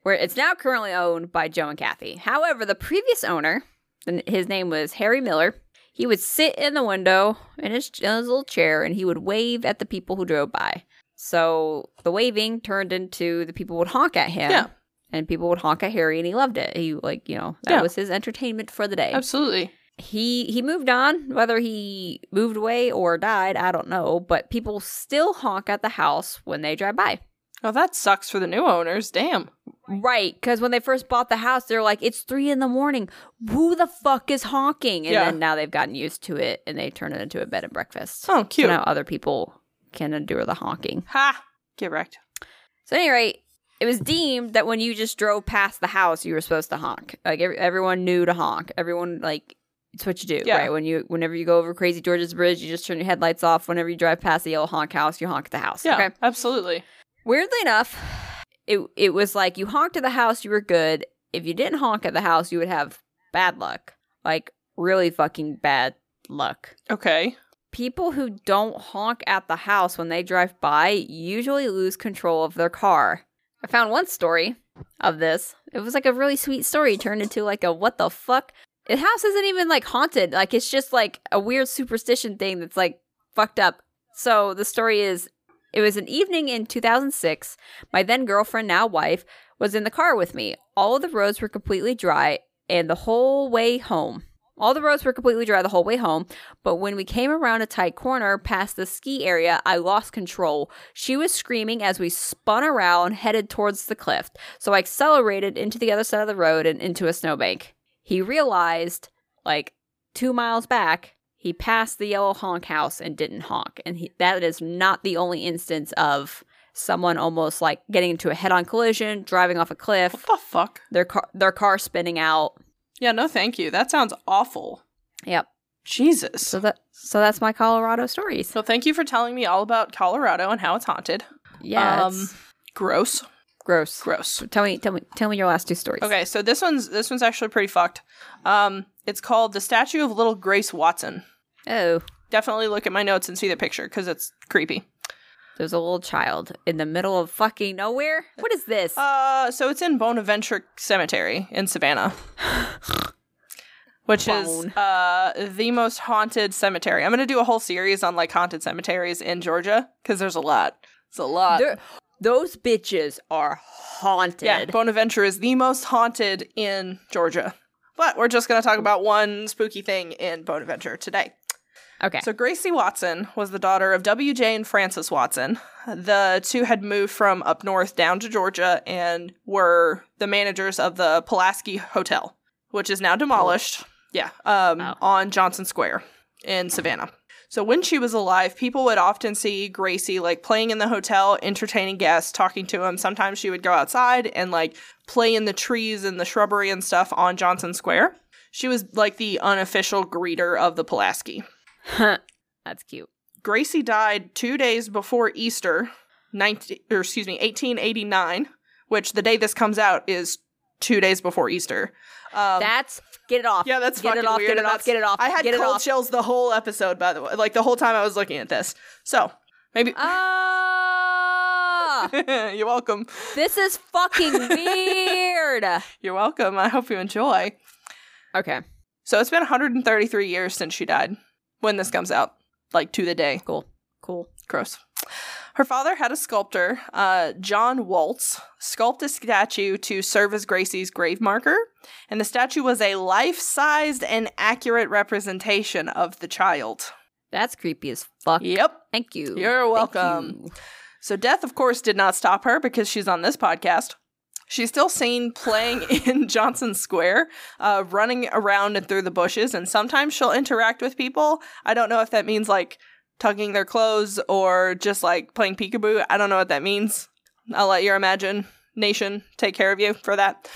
[SPEAKER 1] Where it's now currently owned by Joe and Kathy. However, the previous owner, and his name was Harry Miller, he would sit in the window in his, in his little chair and he would wave at the people who drove by. So the waving turned into the people would honk at him.
[SPEAKER 2] Yeah.
[SPEAKER 1] And people would honk at Harry and he loved it. He like, you know, that
[SPEAKER 2] Yeah.
[SPEAKER 1] was his entertainment for the day.
[SPEAKER 2] Absolutely.
[SPEAKER 1] He he moved on, whether he moved away or died, I don't know, but people still honk at the house when they drive by.
[SPEAKER 2] Oh, that sucks for the new owners. Damn.
[SPEAKER 1] Right, because when they first bought the house, they're like, "It's three in the morning. Who the fuck is honking?" And
[SPEAKER 2] Yeah.
[SPEAKER 1] then now they've gotten used to it, and they turn it into a bed and breakfast.
[SPEAKER 2] Oh,
[SPEAKER 1] So
[SPEAKER 2] cute.
[SPEAKER 1] now other people can endure the honking.
[SPEAKER 2] Ha. Get wrecked.
[SPEAKER 1] So, at any rate, it was deemed that when you just drove past the house, you were supposed to honk. Like every, everyone knew to honk. Everyone like it's what you do,
[SPEAKER 2] Yeah.
[SPEAKER 1] right? When you whenever you go over Crazy George's Bridge, you just turn your headlights off. Whenever you drive past the yellow honk house, you honk at the house.
[SPEAKER 2] Yeah.
[SPEAKER 1] Okay.
[SPEAKER 2] Absolutely.
[SPEAKER 1] Weirdly enough, it it was like you honked at the house, you were good. If you didn't honk at the house, you would have bad luck. Like really fucking bad luck.
[SPEAKER 2] Okay.
[SPEAKER 1] People who don't honk at the house when they drive by usually lose control of their car. I found one story of this. It was like a really sweet story turned into like a what the fuck? The house isn't even like haunted. Like it's just like a weird superstition thing that's like fucked up. So the story is it was an evening in 2006. My then girlfriend, now wife, was in the car with me. All of the roads were completely dry and the whole way home. All the roads were completely dry the whole way home, but when we came around a tight corner past the ski area, I lost control. She was screaming as we spun around, headed towards the cliff. So I accelerated into the other side of the road and into a snowbank. He realized, like two miles back, he passed the yellow honk house and didn't honk. And he, that is not the only instance of someone almost like getting into a head on collision, driving off a
[SPEAKER 2] What
[SPEAKER 1] cliff,
[SPEAKER 2] the fuck?
[SPEAKER 1] their car, their car spinning out.
[SPEAKER 2] Yeah, no thank you. That sounds awful.
[SPEAKER 1] Yep.
[SPEAKER 2] Jesus.
[SPEAKER 1] So that so that's my Colorado stories.
[SPEAKER 2] So thank you for telling me all about Colorado and how it's haunted.
[SPEAKER 1] Yeah,
[SPEAKER 2] Um,
[SPEAKER 1] it's
[SPEAKER 2] Gross.
[SPEAKER 1] gross.
[SPEAKER 2] Gross.
[SPEAKER 1] Tell me, tell me, tell me your last two stories.
[SPEAKER 2] Okay, so this one's this one's actually pretty fucked. Um, it's called the statue of Little Grace Watson.
[SPEAKER 1] Oh,
[SPEAKER 2] Definitely look at my notes and see the picture because it's creepy.
[SPEAKER 1] there's a little child in the middle of fucking nowhere. What is this?
[SPEAKER 2] Uh, so it's in Bonaventure Cemetery in Savannah, which
[SPEAKER 1] Bone.
[SPEAKER 2] is uh, the most haunted cemetery. I'm going to do a whole series on like haunted cemeteries in Georgia because there's a lot. It's a lot.
[SPEAKER 1] They're- Uh, those bitches are
[SPEAKER 2] yeah,
[SPEAKER 1] haunted.
[SPEAKER 2] Bonaventure is the most haunted in Georgia. But we're just going to talk about one spooky thing in Bonaventure today.
[SPEAKER 1] okay.
[SPEAKER 2] So Gracie Watson was the daughter of W.J. and Francis Watson. The two had moved from up north down to Georgia and were the managers of the Pulaski Hotel, which is now demolished. Yeah, um,
[SPEAKER 1] Oh.
[SPEAKER 2] on Johnson Square in Savannah. So when she was alive, people would often see Gracie like playing in the hotel, entertaining guests, talking to them. Sometimes she would go outside and like play in the trees and the shrubbery and stuff on Johnson Square. She was like the unofficial greeter of the Pulaski.
[SPEAKER 1] That's cute.
[SPEAKER 2] Gracie died two days before Easter, 19, or excuse me, 1889, which the day this comes out is two days before Easter. Um,
[SPEAKER 1] That's get it off.
[SPEAKER 2] yeah, that's
[SPEAKER 1] get
[SPEAKER 2] fucking
[SPEAKER 1] it off.
[SPEAKER 2] weird.
[SPEAKER 1] Get it
[SPEAKER 2] That's-
[SPEAKER 1] off. Get it off.
[SPEAKER 2] I had
[SPEAKER 1] get it
[SPEAKER 2] cold
[SPEAKER 1] off.
[SPEAKER 2] chills the whole episode, by the way. Like the whole time I was looking at this. So maybe
[SPEAKER 1] Ah,
[SPEAKER 2] you're welcome.
[SPEAKER 1] this is fucking weird.
[SPEAKER 2] You're welcome. I hope you enjoy.
[SPEAKER 1] Okay,
[SPEAKER 2] So it's been 133 years since she died. When this comes out, like to the day.
[SPEAKER 1] cool, cool.
[SPEAKER 2] Gross. Her father had a sculptor, uh, John Waltz, sculpt a statue to serve as Gracie's grave marker, and the statue was a life sized and accurate representation of the child.
[SPEAKER 1] That's creepy as fuck.
[SPEAKER 2] Yep.
[SPEAKER 1] Thank you.
[SPEAKER 2] You're
[SPEAKER 1] Thank
[SPEAKER 2] welcome.
[SPEAKER 1] you.
[SPEAKER 2] So death, of course, did not stop her because she's on this podcast. She's still seen playing in Johnson Square, uh, running around and through the bushes, and sometimes she'll interact with people. I don't know if that means like tugging their clothes or just like playing peekaboo. I don't know what that means. I'll let your imagination take care of you for that.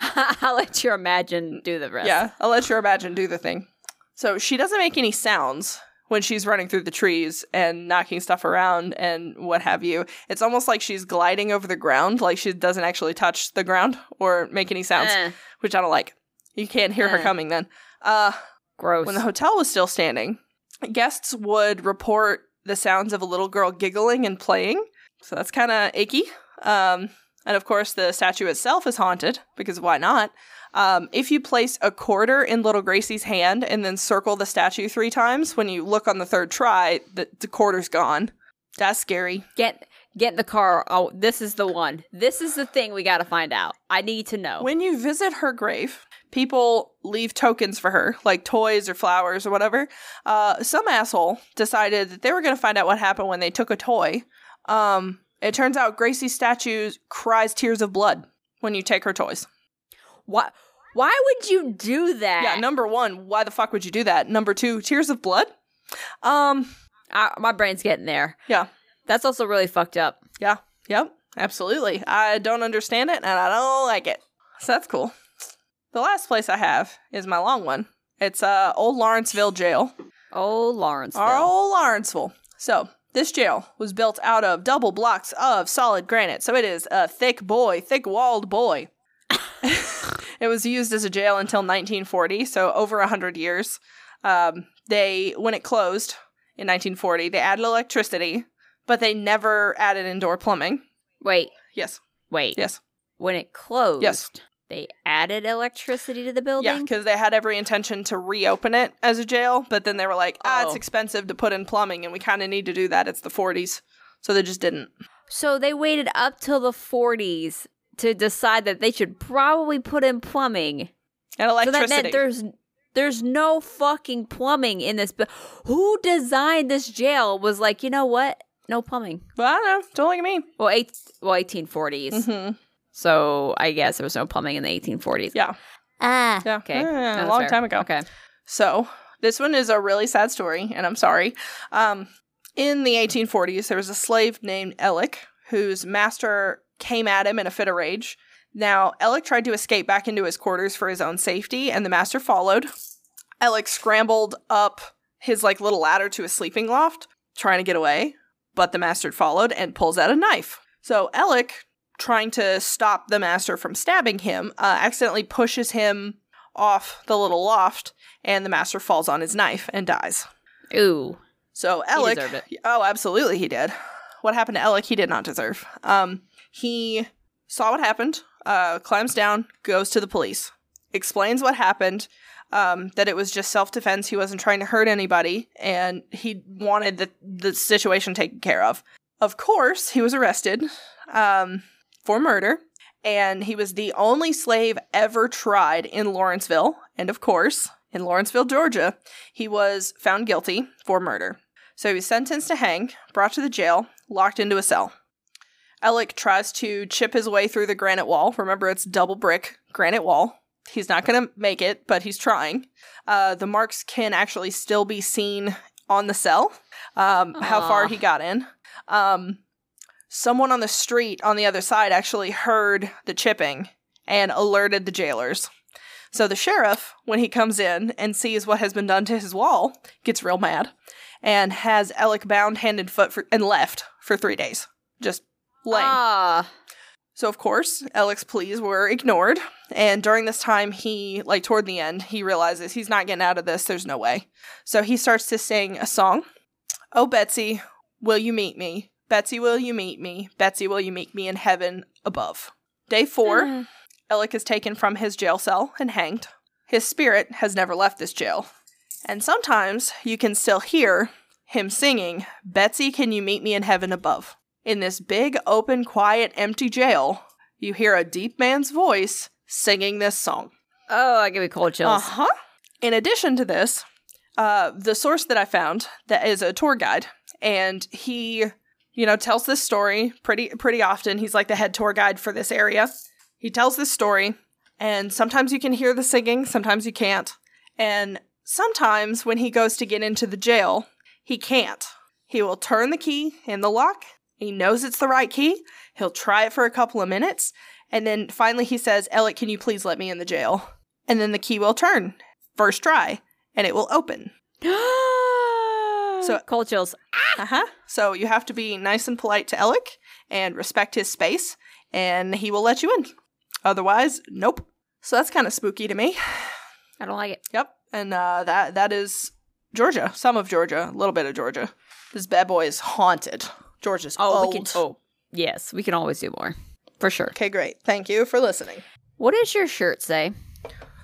[SPEAKER 1] I'll let you imagine do the rest.
[SPEAKER 2] Yeah, I'll let your imagine do the thing. So she doesn't make any sounds when she's running through the trees and knocking stuff around and what have you. It's almost like she's gliding over the ground, like she doesn't actually touch the ground or make any sounds,
[SPEAKER 1] Eh,
[SPEAKER 2] which I don't like. You can't hear her
[SPEAKER 1] Eh.
[SPEAKER 2] coming then. Uh,
[SPEAKER 1] gross.
[SPEAKER 2] when the hotel was still standing, guests would report the sounds of a little girl giggling and playing. So that's kind of icky. Um, and of course, the statue itself is haunted because why not? Um, if you place a quarter in little Gracie's hand and then circle the statue three times, when you look on the third try, the, the quarter's gone. That's scary.
[SPEAKER 1] get get in the car. Oh, this is the one. This is the thing we got to find out. I need to know.
[SPEAKER 2] When you visit her grave, people leave tokens for her, like toys or flowers or whatever. Uh, some asshole decided that they were going to find out what happened when they took a toy. Um, it turns out Gracie's statue cries tears of blood when you take her toys.
[SPEAKER 1] why why would you do that?
[SPEAKER 2] Yeah, number one, why the fuck would you do that? Number two, tears of blood. Um,
[SPEAKER 1] I, my brain's getting there.
[SPEAKER 2] Yeah.
[SPEAKER 1] That's also really fucked up.
[SPEAKER 2] yep, absolutely. I don't understand it and I don't like it. So that's cool. The last place I have is my long one. It's uh, Old Lawrenceville Jail.
[SPEAKER 1] Oh, Lawrence.
[SPEAKER 2] Our old Lawrenceville. So this jail was built out of double blocks of solid granite, so it is a thick boy, thick walled boy. it was used as a jail until 1940, so over hundred years. Um, they when it closed in 1940, they added electricity, but they never added indoor plumbing.
[SPEAKER 1] Wait,
[SPEAKER 2] Yes,
[SPEAKER 1] wait.
[SPEAKER 2] yes,
[SPEAKER 1] When it closed,
[SPEAKER 2] Yes.
[SPEAKER 1] they added electricity to the
[SPEAKER 2] yeah,
[SPEAKER 1] building.
[SPEAKER 2] because they had every intention to reopen it as a jail, but then they were like, ah, it's
[SPEAKER 1] Oh.
[SPEAKER 2] expensive to put in plumbing, and we kind of need to do that. It's the 40s, so they just didn't.
[SPEAKER 1] So they waited up till the 40s to decide that they should probably put in plumbing.
[SPEAKER 2] And
[SPEAKER 1] So
[SPEAKER 2] electricity.
[SPEAKER 1] that meant there's there's no fucking plumbing in this. Bu- Who designed this jail was like, you know what? No plumbing.
[SPEAKER 2] Well, I don't know. Don't look at me.
[SPEAKER 1] Well, eight well, 1840s.
[SPEAKER 2] Mm-hmm.
[SPEAKER 1] So I guess there was no plumbing in the 1840s.
[SPEAKER 2] Yeah.
[SPEAKER 1] Ah.
[SPEAKER 2] Yeah.
[SPEAKER 1] Okay.
[SPEAKER 2] Yeah,
[SPEAKER 1] No,
[SPEAKER 2] a
[SPEAKER 1] that's
[SPEAKER 2] long
[SPEAKER 1] fair.
[SPEAKER 2] time ago.
[SPEAKER 1] Okay.
[SPEAKER 2] So this one is a really sad story, and I'm sorry. Um, in the 1840s, there was a slave named Elick whose master came at him in a fit of rage. Now, Elick tried to escape back into his quarters for his own safety, and the master followed. Elick scrambled up his like little ladder to his sleeping loft, trying to get away, but the master followed and pulls out a knife. So Elick, trying to stop the master from stabbing him, uh, accidentally pushes him off the little loft, and the master falls on his knife and dies.
[SPEAKER 1] Ooh.
[SPEAKER 2] So Alec,
[SPEAKER 1] deserved it.
[SPEAKER 2] oh, absolutely, he did. What happened to Alec? He did not deserve. Um, he saw what happened, uh, climbs down, goes to the police, explains what happened, um, that it was just self defense. He wasn't trying to hurt anybody, and he wanted the, the situation taken care of. Of course, he was arrested um, for murder, and he was the only slave ever tried in Lawrenceville. And of course, in Lawrenceville, Georgia, he was found guilty for murder. So he was sentenced to hang, brought to the jail, locked into a cell. Alec tries to chip his way through the granite wall. Remember, it's double brick granite wall. He's not going to make it, but he's trying. Uh, the marks can actually still be seen on the cell, um, how
[SPEAKER 1] Aw.
[SPEAKER 2] far he got in. Um, someone on the street on the other side actually heard the chipping and alerted the jailers. So the sheriff, when he comes in and sees what has been done to his wall, gets real mad and has Alec bound hand and foot for, and left for three days. Just laying.
[SPEAKER 1] Ah,
[SPEAKER 2] So of course, Alec's pleas were ignored, and during this time, he like toward the end, he realizes he's not getting out of this. There's no way. So he starts to sing a song. Oh Betsy, will you meet me? Betsy, will you meet me? Betsy, will you meet me in heaven above? Day
[SPEAKER 1] Mm-hmm.
[SPEAKER 2] four, Alec is taken from his jail cell and hanged. His spirit has never left this jail. And sometimes you can still hear him singing, Betsy, can you meet me in heaven above? In this big, open, quiet, empty jail, you hear a deep man's voice singing this song.
[SPEAKER 1] oh, I give me cold chills.
[SPEAKER 2] Uh huh. In addition to this, uh, the source that I found that is a tour guide, and he, you know, tells this story pretty pretty often. He's like the head tour guide for this area. He tells this story, and sometimes you can hear the singing, sometimes you can't, and sometimes when he goes to get into the jail, he can't. He will turn the key in the lock. He knows it's the right key. He'll try it for a couple of minutes, and then finally he says, "Elliot, can you please let me in the jail?" and then the key will turn first try and it will open Ah.
[SPEAKER 1] so cold chills.
[SPEAKER 2] uh-huh so you have to be nice and polite to Alec and respect his space and he will let you in otherwise nope so that's kind of spooky to me
[SPEAKER 1] I don't like it.
[SPEAKER 2] yep and uh that that is georgia some of georgia a little bit of georgia this bad boy is haunted georgia's
[SPEAKER 1] Oh,
[SPEAKER 2] old
[SPEAKER 1] we can- oh, yes, we can always do more for sure.
[SPEAKER 2] okay great thank you for listening
[SPEAKER 1] What does your shirt say?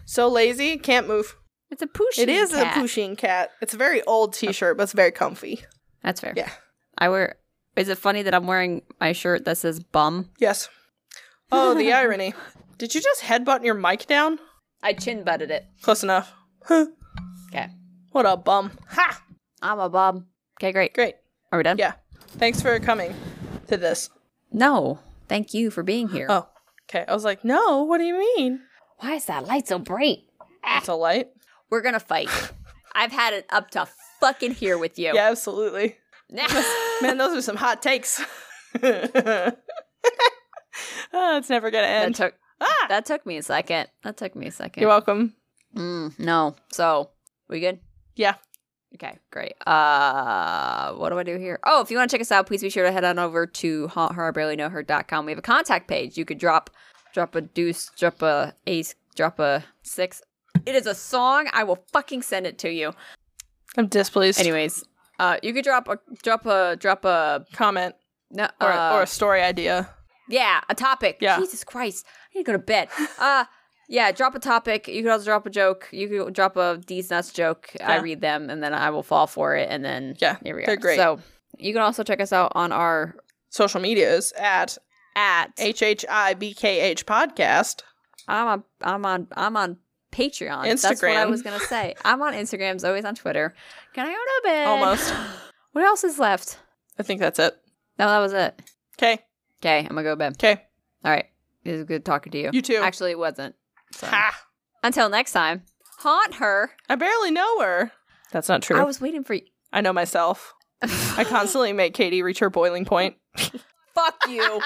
[SPEAKER 2] so lazy can't move
[SPEAKER 1] It's a pushy.
[SPEAKER 2] it is
[SPEAKER 1] cat.
[SPEAKER 2] a pushing cat it's a very old t-shirt but it's very comfy
[SPEAKER 1] That's fair.
[SPEAKER 2] Yeah.
[SPEAKER 1] I wear. Is it funny that I'm wearing my shirt that says bum?
[SPEAKER 2] Yes. Oh, the irony. Did you just headbutt your mic down?
[SPEAKER 1] I chin butted it.
[SPEAKER 2] Close enough. Huh.
[SPEAKER 1] Okay.
[SPEAKER 2] What a bum. Ha!
[SPEAKER 1] I'm a bum. Okay, great.
[SPEAKER 2] Great.
[SPEAKER 1] Are we done?
[SPEAKER 2] Yeah. Thanks for coming to this.
[SPEAKER 1] No. Thank you for being here.
[SPEAKER 2] Oh, okay. I was like, no, what do you mean?
[SPEAKER 1] Why is that light so bright?
[SPEAKER 2] It's a light.
[SPEAKER 1] We're gonna fight. I've had it up to fucking here with you.
[SPEAKER 2] Yeah, absolutely. Man, those are some hot takes. oh, Ah, it's never going to
[SPEAKER 1] that
[SPEAKER 2] end.
[SPEAKER 1] took
[SPEAKER 2] ah!
[SPEAKER 1] that took me a second. That took me a second.
[SPEAKER 2] You're welcome.
[SPEAKER 1] Mm, no. So we good?
[SPEAKER 2] Yeah.
[SPEAKER 1] Okay, great. Uh, what do I do here? Oh, if you want to check us out, please be sure to head on over to haunt her, I barely know her.com. We have a contact page. You could drop, drop a deuce, drop a ace, drop a six. It is a song. I will fucking send it to you.
[SPEAKER 2] I'm displeased.
[SPEAKER 1] Anyways, uh, you could drop a, drop a, drop a,
[SPEAKER 2] Comment
[SPEAKER 1] no,
[SPEAKER 2] or,
[SPEAKER 1] uh,
[SPEAKER 2] or a story idea.
[SPEAKER 1] yeah, a topic.
[SPEAKER 2] Yeah.
[SPEAKER 1] Jesus Christ. I need to go to bed. Uh yeah, drop a topic. You could also drop a joke. You could drop a D's nuts joke. I
[SPEAKER 2] Yeah.
[SPEAKER 1] read them and then I will fall for it and then
[SPEAKER 2] Yeah,
[SPEAKER 1] here we
[SPEAKER 2] they're
[SPEAKER 1] are.
[SPEAKER 2] great.
[SPEAKER 1] So you can also check us out on our
[SPEAKER 2] Social media is at
[SPEAKER 1] at
[SPEAKER 2] HHIBKH podcast.
[SPEAKER 1] I'm on I'm on I'm on Patreon. That's what I
[SPEAKER 2] Instagram.
[SPEAKER 1] was gonna say. I'm on Instagram, Zoe's always on Twitter. Can I go to bed?
[SPEAKER 2] Almost.
[SPEAKER 1] What else is left?
[SPEAKER 2] I think that's it.
[SPEAKER 1] No, that was it.
[SPEAKER 2] Okay.
[SPEAKER 1] Okay, I'm gonna go to bed.
[SPEAKER 2] Okay.
[SPEAKER 1] All right. It was good talking to you.
[SPEAKER 2] You too.
[SPEAKER 1] Actually it wasn't. So.
[SPEAKER 2] Ha!
[SPEAKER 1] Until next time. Haunt her.
[SPEAKER 2] I barely know her. That's not true. I,
[SPEAKER 1] I was waiting for you.
[SPEAKER 2] know myself. I constantly make Katie reach her boiling point.
[SPEAKER 1] Fuck you.